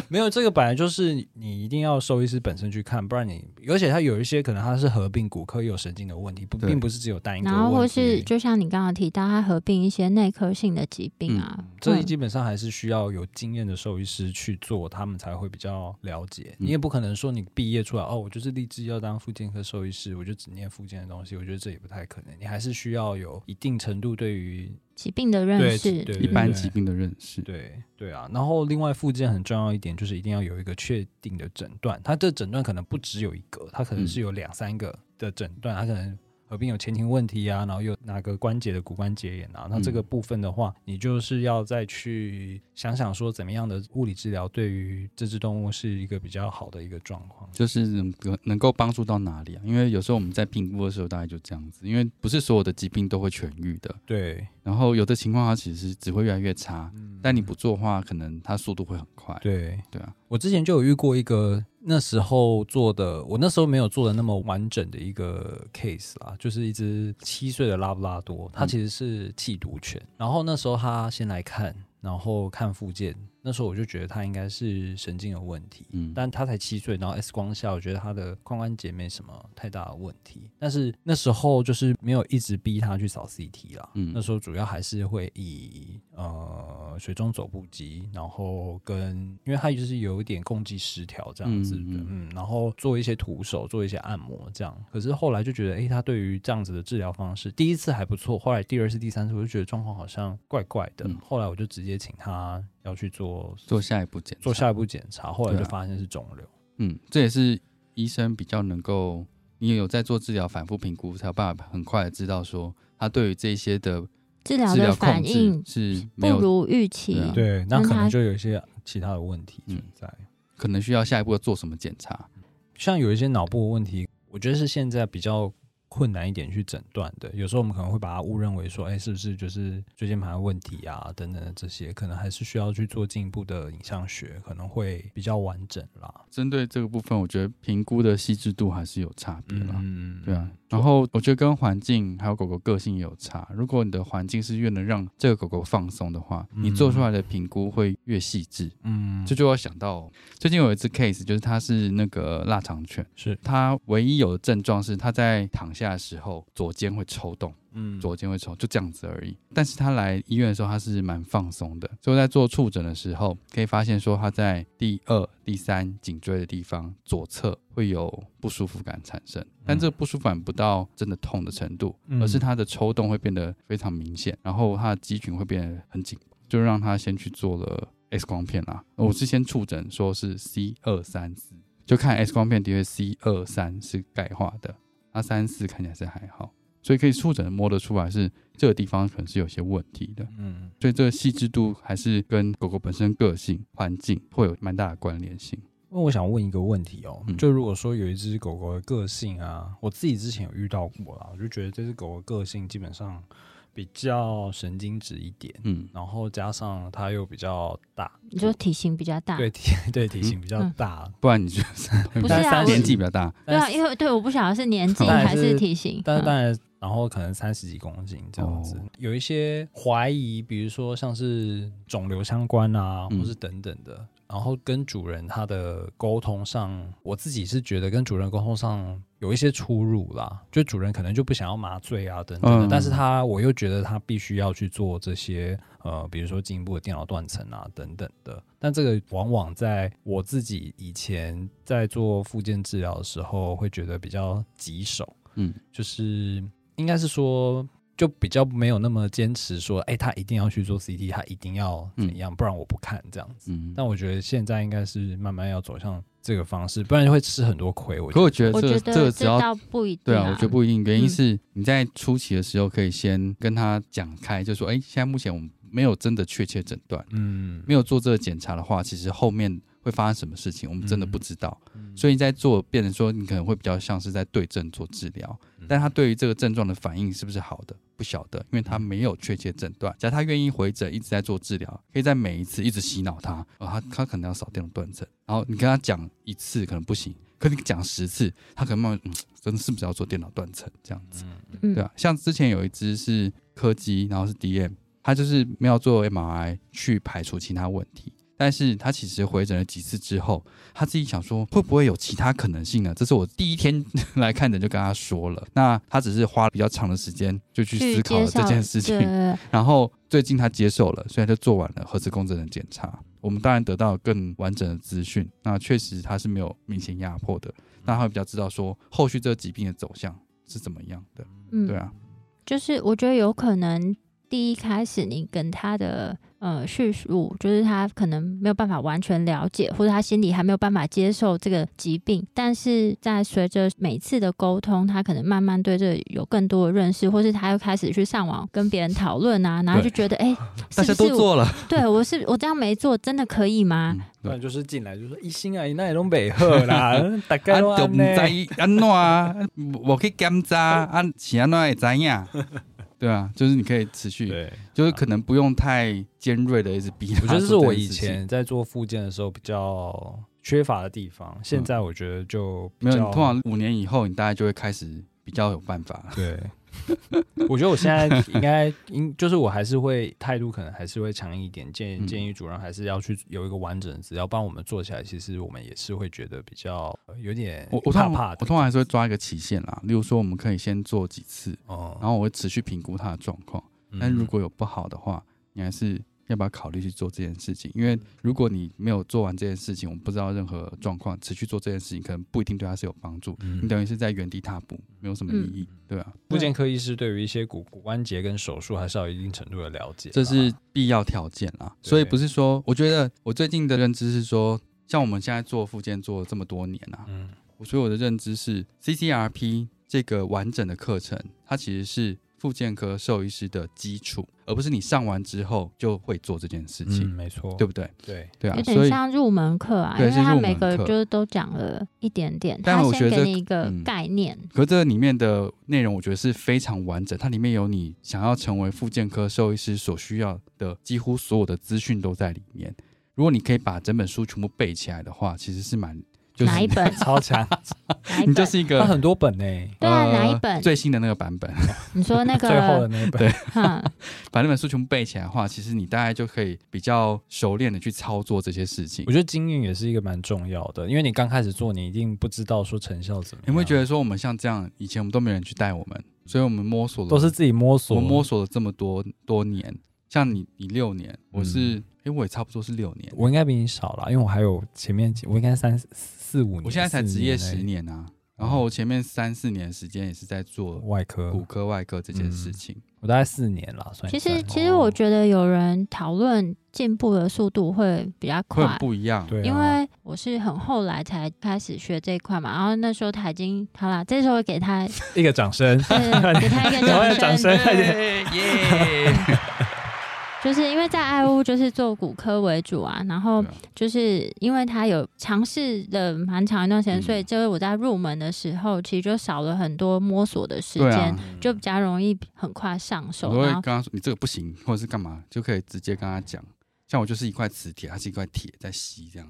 Speaker 3: 没有这个本来就是你一定要兽医师本身去看，不然你而且它有一些可能它是合并骨科也有神经的问题，不
Speaker 4: 对
Speaker 3: 并不是只有单一个
Speaker 1: 然后或
Speaker 3: 问题而
Speaker 1: 是
Speaker 3: 已。
Speaker 1: 就像你刚刚提到，它合并一些内科性的疾病啊，
Speaker 3: 这
Speaker 1: 嗯
Speaker 3: 基本上还是需要有经验的兽医师去做，他们才会比较了解。
Speaker 4: 嗯
Speaker 3: 你也不可能说你毕业出来哦，我就是立志要当复健科兽医师，我就只念复健的东西，我觉得这也不太可能。你还是需要有一定程度对于
Speaker 1: 疾病的
Speaker 3: 对
Speaker 1: 认
Speaker 3: 对
Speaker 1: 识，
Speaker 3: 对
Speaker 4: 一般疾病的认识，
Speaker 3: 对对啊，然后另外附件很重要一点就是一定要有一个确定的诊断，它这诊断可能不只有一个，它可能是有两三个的诊断，它可能合并有前庭问题啊，然后有哪个关节的骨关节炎啊，那这个部分的话，你就是要再去想想说怎么样的物理治疗对于这只动物是一个比较好的一个状况。
Speaker 4: 就是能能够帮助到哪里啊？因为有时候我们在评估的时候，大概就这样子，因为不是所有的疾病都会痊愈的，
Speaker 3: 对，
Speaker 4: 然后有的情况它其实只会越来越差，
Speaker 3: 嗯
Speaker 4: 但你不做的话，可能它速度会很快。
Speaker 3: 对
Speaker 4: 对啊，
Speaker 3: 我之前就有遇过一个那时候做的，我那时候没有做的那么完整的一个 case 啦，就是一只七岁的拉布拉多，它
Speaker 4: 嗯
Speaker 3: 其实是弃毒犬，然后那时候它先来看，然后看附件，那时候我就觉得它应该是神经有问题，
Speaker 4: 嗯，
Speaker 3: 但他才七岁，然后 X 光下，我觉得他的髋关节没什么太大的问题。但是那时候就是没有一直逼他去扫 CT 啦，
Speaker 4: 嗯
Speaker 3: 那时候主要还是会以呃水中走步机，然后跟因为他就是有一点供给失调这样子的，
Speaker 4: 嗯嗯嗯
Speaker 3: 嗯，然后做一些徒手，做一些按摩这样。可是后来就觉得，诶，他对于这样子的治疗方式，第一次还不错，后来第二次、第三次我就觉得状况好像怪怪的，
Speaker 4: 嗯
Speaker 3: 后来我就直接请他要去做
Speaker 4: 做下一步检查，
Speaker 3: 做下一步检查，后来
Speaker 4: 对啊
Speaker 3: 就发现是肿瘤。
Speaker 4: 嗯，这也是医生比较能够，你有在做治疗反复评估，才有办法很快的知道说他对于这些的
Speaker 1: 治疗
Speaker 4: 治
Speaker 1: 的
Speaker 4: 疗
Speaker 1: 反
Speaker 4: 控制
Speaker 1: 应
Speaker 4: 是没
Speaker 1: 不
Speaker 4: 有
Speaker 1: 如预期。
Speaker 4: 对啊
Speaker 3: 对，那
Speaker 1: 那
Speaker 3: 可
Speaker 1: 他
Speaker 3: 能就有一些其他的问题
Speaker 4: 嗯
Speaker 3: 存在，
Speaker 4: 可能需要下一步做什么检查。
Speaker 3: 像有一些脑部的问题，我觉得是现在比较困难一点去诊断的。有时候我们可能会把它误认为说，哎，是不是就是椎间盘的问题啊，等等的这些，可能还是需要去做进一步的影像学，可能会比较完整啦。
Speaker 4: 针对这个部分，我觉得评估的细致度还是有差别啦。
Speaker 3: 嗯
Speaker 4: 对啊，然后我觉得跟环境还有狗狗个性也有差。如果你的环境是越能让这个狗狗放松的话，
Speaker 3: 嗯
Speaker 4: 你做出来的评估会越细致。
Speaker 3: 嗯，
Speaker 4: 这
Speaker 3: 就
Speaker 4: 就要想到最近有一次 case，就是它是那个腊肠犬，
Speaker 3: 是
Speaker 4: 它唯一有的症状是它在躺下的时候，左肩会抽动，
Speaker 3: 嗯
Speaker 4: 左肩会抽，就这样子而已。但是他来医院的时候，他是蛮放松的，所以在做触诊的时候，可以发现说他在第二、第三颈椎的地方左侧会有不舒服感产生，但这个不舒服感不到真的痛的程度，
Speaker 3: 嗯
Speaker 4: 而是他的抽动会变得非常明显，然后他的肌群会变得很紧，就让他先去做了 X 光片啦。
Speaker 3: 嗯
Speaker 4: 我是先触诊说是 C 二三四，就看 X 光片的确 C 二三是钙化的，那三四看起来是还好，所以可以触诊摸得出来是这个地方可能是有些问题的，
Speaker 3: 嗯，
Speaker 4: 所以这个细致度还是跟狗狗本身个性、环境会有蛮大的关联性。
Speaker 3: 那我想问一个问题哦，
Speaker 4: 嗯
Speaker 3: 就如果说有一只狗狗的个性啊，我自己之前有遇到过啦，我就觉得这只狗的个性基本上比较神经质一点，
Speaker 4: 嗯，
Speaker 3: 然后加上它又比较大，
Speaker 1: 你说体型比较大， *laughs* 啊
Speaker 3: 对体对体型比较
Speaker 1: 嗯
Speaker 3: 大，
Speaker 4: 不然你觉得
Speaker 1: 不是
Speaker 3: 但
Speaker 1: 啊，
Speaker 3: 三
Speaker 1: 我
Speaker 4: 年纪比较大，
Speaker 1: 对啊，
Speaker 3: 但是
Speaker 1: 因为对我不晓得是
Speaker 4: *laughs*
Speaker 1: 年纪
Speaker 3: 当然
Speaker 1: 还
Speaker 3: 是
Speaker 1: 是体型，
Speaker 3: 但是
Speaker 1: 嗯
Speaker 3: 当然，然后可能三十几公斤这样子，
Speaker 4: 哦
Speaker 3: 有一些怀疑，比如说像是肿瘤相关啊，
Speaker 4: 嗯
Speaker 3: 或是等等的。然后跟主人他的沟通上，我自己是觉得跟主人沟通上有一些出入啦，就主人可能就不想要麻醉啊等等的，
Speaker 4: 嗯
Speaker 3: 但是他我又觉得他必须要去做这些呃，比如说进一步的电脑断层啊等等的。但这个往往在我自己以前在做复健治疗的时候，会觉得比较棘手。
Speaker 4: 嗯，
Speaker 3: 就是应该是说，就比较没有那么坚持说，哎、他一定要去做 CT，他一定要怎样，不然我不看这样子。
Speaker 4: 嗯，
Speaker 3: 但我觉得现在应该是慢慢要走向这个方式，不然会吃很多亏。我
Speaker 4: 可
Speaker 3: 觉
Speaker 4: 我
Speaker 3: 得，
Speaker 4: 觉得
Speaker 1: 我
Speaker 4: 这
Speaker 1: 觉
Speaker 4: 个这
Speaker 1: 得
Speaker 4: 个只要
Speaker 1: 这倒不一定，
Speaker 4: 对啊，我觉得不一定。原因
Speaker 1: 嗯
Speaker 4: 是你在初期的时候可以先跟他讲开，就说：“哎、现在目前我们没有真的确切诊断，
Speaker 3: 嗯，
Speaker 4: 没有做这个检查的话，其实后面会发生什么事情，我们真的不知道。
Speaker 3: 嗯
Speaker 4: 所以在做，变成说你可能会比较像是在对症做治疗，但他对于这个症状的反应是不是好的，不晓得，因为他没有确切诊断。假如他愿意回诊，一直在做治疗，可以在每一次一直洗脑他，哦，他他可能要扫电脑断层，然后你跟他讲一次可能不行，可你讲十次，他可能慢慢嗯，真的是不是要做电脑断层这样子？
Speaker 1: 嗯，
Speaker 4: 对啊，像之前有一只是柯基，然后是 DM，它就是没有做 MRI 去排除其他问题，但是它其实回诊了几次之后，他自己想说会不会有其他可能性呢？这是我第一天 *laughs* 来看诊就跟他说了，那他只是花了比较长的时间就去
Speaker 1: 去
Speaker 4: 思考
Speaker 1: 介
Speaker 4: 了
Speaker 1: 绍
Speaker 4: 这件事情
Speaker 1: 对，对
Speaker 4: 然后最近他接受了，所以他就做完了核磁共振的检查。我们当然得到更完整的资讯，那确实他是没有明显压迫的，那他会比较知道说后续这个疾病的走向是怎么样的，
Speaker 1: 嗯，
Speaker 4: 对啊，
Speaker 1: 就是我觉得有可能第一开始你跟他的呃叙述，就是他可能没有办法完全了解，或者他心里还没有办法接受这个疾病，但是在随着每次的沟通，他可能慢慢对这有更多的认识，或是他又开始去上网跟别人讨论啊，然后就觉得哎、
Speaker 4: *laughs* 大
Speaker 1: 是
Speaker 4: 家
Speaker 1: 不
Speaker 4: 都
Speaker 1: 是啊我
Speaker 4: 做了，
Speaker 1: 对我是我这样没做真的可以吗？
Speaker 4: 嗯
Speaker 3: 不
Speaker 4: 对
Speaker 3: 然就是进来就说一心啊，那也拢北 *laughs* 鹤啦，大概都
Speaker 4: 啊，就
Speaker 3: 安
Speaker 4: 唔
Speaker 3: 呢
Speaker 4: 知伊安怎啊，我去检查啊，是安怎会知影？对啊，就是你可以持续，
Speaker 3: 对，
Speaker 4: 就是可能不用太尖锐的一直逼他
Speaker 3: 我觉得这是
Speaker 4: 做
Speaker 3: 我
Speaker 4: 件
Speaker 3: 以
Speaker 4: 事情
Speaker 3: 前在做复健的时候比较缺乏的地方，现在我觉得就比
Speaker 4: 没有，
Speaker 3: 较
Speaker 4: 你通常五年以后，你大概就会开始比较有办法。
Speaker 3: 对，我觉得我现在应该应就是我还是会态度可能还是会强硬一点，建议
Speaker 4: 嗯
Speaker 3: 建议主任还是要去有一个完整的资料，不然我们做起来其实我们也是会觉得比较呃有点
Speaker 4: 我我通
Speaker 3: 怕
Speaker 4: 常
Speaker 3: 怕
Speaker 4: 我
Speaker 3: 的。
Speaker 4: 通常还是会抓一个期限啦，例如说我们可以先做几次，然
Speaker 3: 哦，
Speaker 4: 后我会持续评估他的状况。但
Speaker 3: 嗯
Speaker 4: 如果有不好的话，你还是要不要考虑去做这件事情？因为如果你没有做完这件事情，我们不知道任何状况，持续做这件事情可能不一定对他是有帮助。
Speaker 3: 嗯
Speaker 4: 你等于是在原地踏步，没有什么意义，对啊，
Speaker 3: 复健科医师对于一些骨骨关节跟手术还是要有一定程度的了解啦，
Speaker 4: 这是必要条件啦。所以不是说，我觉得我最近的认知是说，像我们现在做复健做了这么多年啊，
Speaker 3: 嗯
Speaker 4: 所以我的认知是 CCRP 这个完整的课程，它其实是复健科兽医师的基础，而不是你上完之后就会做这件事
Speaker 3: 嗯
Speaker 4: 情，
Speaker 3: 没错，
Speaker 4: 对不对？
Speaker 3: 对，
Speaker 4: 对啊
Speaker 1: 有，
Speaker 4: 所
Speaker 1: 点
Speaker 4: 以
Speaker 1: 像入门课啊，因
Speaker 4: 对
Speaker 1: 为
Speaker 4: 是
Speaker 1: 他
Speaker 4: 入
Speaker 1: 每
Speaker 4: 门
Speaker 1: 个
Speaker 4: 课
Speaker 1: 就是都讲了一点点，
Speaker 4: 但
Speaker 1: 他
Speaker 4: 我
Speaker 1: 先
Speaker 4: 觉得
Speaker 1: 给你一个
Speaker 4: 嗯
Speaker 1: 概念，
Speaker 4: 可这里面的内容，我觉得是非常完整，它里面有你想要成为复健科兽医师所需要的几乎 *laughs* 所有的资讯都在里面。如果你可以把整本书全部背起来的话，其实是蛮就是
Speaker 1: 哪一本？
Speaker 3: 超强，
Speaker 1: 哪一
Speaker 4: 你
Speaker 1: 本？哦
Speaker 4: 就是一
Speaker 3: 它
Speaker 4: 个
Speaker 3: 很多本呢、
Speaker 1: 对啊，
Speaker 4: 呃
Speaker 1: 哪一本？
Speaker 4: 最新的那个版本， *laughs*
Speaker 1: 你说那
Speaker 3: *laughs* 最
Speaker 1: 个，
Speaker 3: 后的那一本。
Speaker 1: 哼，
Speaker 4: 把那本书全部背起来的话，其实你大概就可以比较熟练的去操作这些事情
Speaker 3: 我。觉得经验也是一个蛮重要的，因为你刚开始做，你一定不知道说成效怎么
Speaker 4: 你
Speaker 3: 样，
Speaker 4: 会觉得说我们像这样，以前我们都没有人去带我们，所以我们摸索了
Speaker 3: 都是自己摸索，
Speaker 4: 我摸索了这么多多年。像你，你六年，我是，哎、我也差不多是六年。
Speaker 3: 我应该比你少了，因为我还有前面几，我应该三四四五年，
Speaker 4: 我现在才职业
Speaker 3: 四
Speaker 4: 十
Speaker 3: 年
Speaker 4: 年啊，然后我前面三四年的时间也是在
Speaker 3: 而已
Speaker 4: 做
Speaker 3: 外科，
Speaker 4: 骨科外科这件事情。
Speaker 3: 我大概四年了，算一
Speaker 1: 其
Speaker 3: 算
Speaker 1: 实其实我觉得有人讨论进步的速度会比较
Speaker 4: 会
Speaker 1: 快
Speaker 4: 很，不一样。
Speaker 3: 对啊、
Speaker 1: 因为我是很后来才开始学这一块嘛，然后那时候他已经好啦，这时候给他是
Speaker 3: 一个掌声，
Speaker 1: 给他一
Speaker 3: 赶快
Speaker 1: 个
Speaker 3: 掌
Speaker 1: 掌
Speaker 3: 声
Speaker 1: 声，
Speaker 3: 快点
Speaker 4: 耶耶！
Speaker 1: 就是因为在爱屋就是做骨科为主啊，然后
Speaker 4: 对啊
Speaker 1: 就是因为他有尝试了蛮长一段时间，
Speaker 4: 嗯
Speaker 1: 所以就是我在入门的时候，其实就少了很多摸索的时
Speaker 4: 对
Speaker 1: 间，
Speaker 4: 啊，
Speaker 1: 就
Speaker 3: 嗯
Speaker 1: 比较容易很快上
Speaker 4: 我
Speaker 1: 手。
Speaker 4: 都会
Speaker 1: 然
Speaker 4: 跟
Speaker 1: 后
Speaker 4: 他说你这个不行，或者是干嘛，就可以直接跟他讲。像我就是一块磁铁，它是一块铁在吸这样。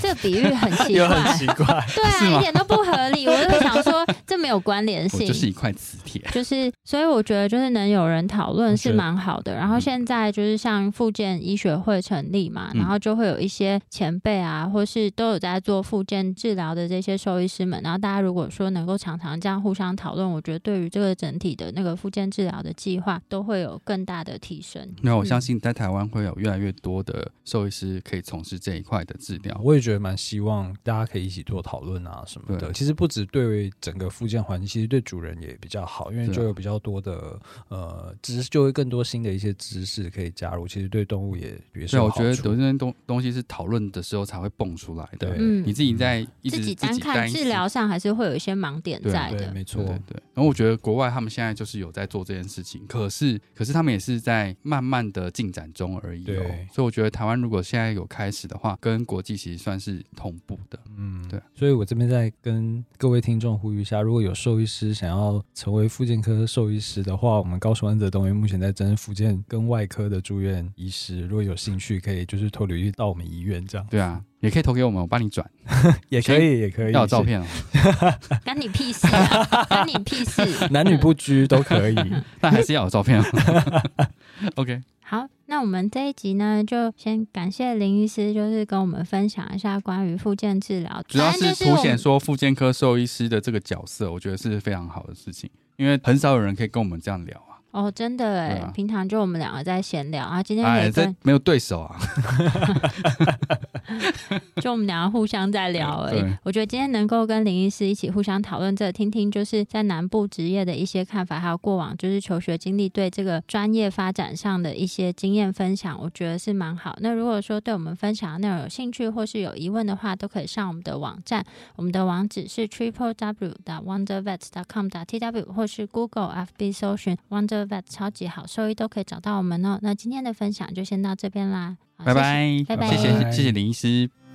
Speaker 1: 这比喻很奇
Speaker 3: 又
Speaker 1: 怪，
Speaker 3: 很奇怪，
Speaker 1: 对啊，一点都不合理。我就想说，这没有关联
Speaker 4: 我
Speaker 1: 性，
Speaker 4: *laughs* 就是一块磁铁。
Speaker 1: 就是，所以我觉得就是能有人讨论是蛮好的。然后
Speaker 4: 嗯
Speaker 1: 现在就是像复健医学会成立嘛，
Speaker 4: 嗯
Speaker 1: 然后就会有一些前辈啊，或是都有在做复健治疗的这些兽医师们。然后大家如果说能够常常这样互相讨论，我觉得对于这个整体的那个复健治疗的计划都会有更大的提升。
Speaker 4: 那我相信在台湾会有越来越多的兽医师可以从事这一块的治疗。
Speaker 3: 啊我也觉得蛮希望大家可以一起做讨论啊什么的。
Speaker 4: 对
Speaker 3: 其实不止对整个附件环境，其实对主人也比较好，因为
Speaker 4: 对啊
Speaker 3: 就有比较多的呃知识，就会更多新的一些知识可以加入。其实对动物也也是
Speaker 4: 所以
Speaker 3: 有
Speaker 4: 我
Speaker 3: 好
Speaker 4: 觉得
Speaker 3: 处
Speaker 4: 有些东东西是讨论的时候才会蹦出来的。
Speaker 3: 对
Speaker 1: 嗯
Speaker 4: 你自己在一直
Speaker 1: 自己
Speaker 4: 自
Speaker 1: 单
Speaker 4: 己
Speaker 1: 看
Speaker 4: 单
Speaker 1: 治疗上还是会有一些盲点
Speaker 4: 对啊
Speaker 1: 在
Speaker 3: 对，
Speaker 1: 的。
Speaker 3: 没
Speaker 4: 对
Speaker 3: 错
Speaker 4: 对。对，然后我觉得国外他们现在就是有在做这件事情，可是可是他们也是在慢慢的进展中而已、哦。
Speaker 3: 对
Speaker 4: 所以我觉得台湾如果现在有开始的话，跟国际其实算是同步的。
Speaker 3: 嗯，
Speaker 4: 对。
Speaker 3: 所以我这边再跟各位听众呼吁一下，如果有兽医师想要成为复健科兽医师的话，我们高雄安泽东医目前在征复健跟外科的住院医师，如果有兴趣，可以就是投履历到我们医院这样。
Speaker 4: 对啊，也可以投给我们，我帮你转，
Speaker 3: 也可以，也可以。
Speaker 4: 要有照
Speaker 3: *laughs*
Speaker 4: 片哦，
Speaker 1: 干你屁事、
Speaker 4: *laughs*
Speaker 1: 啊！干你屁事！
Speaker 3: 男女不拘都可以。
Speaker 4: 但还是要有照片哦。OK，
Speaker 1: *laughs* 好，那我们这一集呢，就先感谢林医师，就是跟我们分享一下关于复健治疗，
Speaker 4: 主要
Speaker 1: 反正
Speaker 4: 是
Speaker 1: 就
Speaker 4: 凸
Speaker 1: 我
Speaker 4: 显
Speaker 1: 们
Speaker 4: 说妇健科兽医师的这个角色，我觉得是非常好的事情，因为很少有人可以跟我们这样聊啊，
Speaker 1: 哦，真的哎、
Speaker 4: 对啊
Speaker 1: 平常就我们两个在闲聊，啊，今天
Speaker 4: 哎，
Speaker 1: 也
Speaker 4: 这
Speaker 1: 跟
Speaker 4: 没有对手啊，
Speaker 1: 就我们两个互相在聊而已
Speaker 4: 对。
Speaker 1: 我觉得今天能够跟林医师一起互相讨论这个，听听就是在南部职业的一些看法，还有过往就是求学经历对这个专业发展上的一些经验分享，我觉得是蛮好。那如果说对我们分享的内容有兴趣或是有疑问的话，都可以上我们的网站，我们的网址是 triple w wonder vet com t w 或是 Google F B 搜寻 wonder vet 超级好兽医都可以找到我们哦。那今天的分享就先到这边啦，好
Speaker 4: 拜，拜，
Speaker 1: 拜拜
Speaker 4: 谢谢谢谢林医师，拜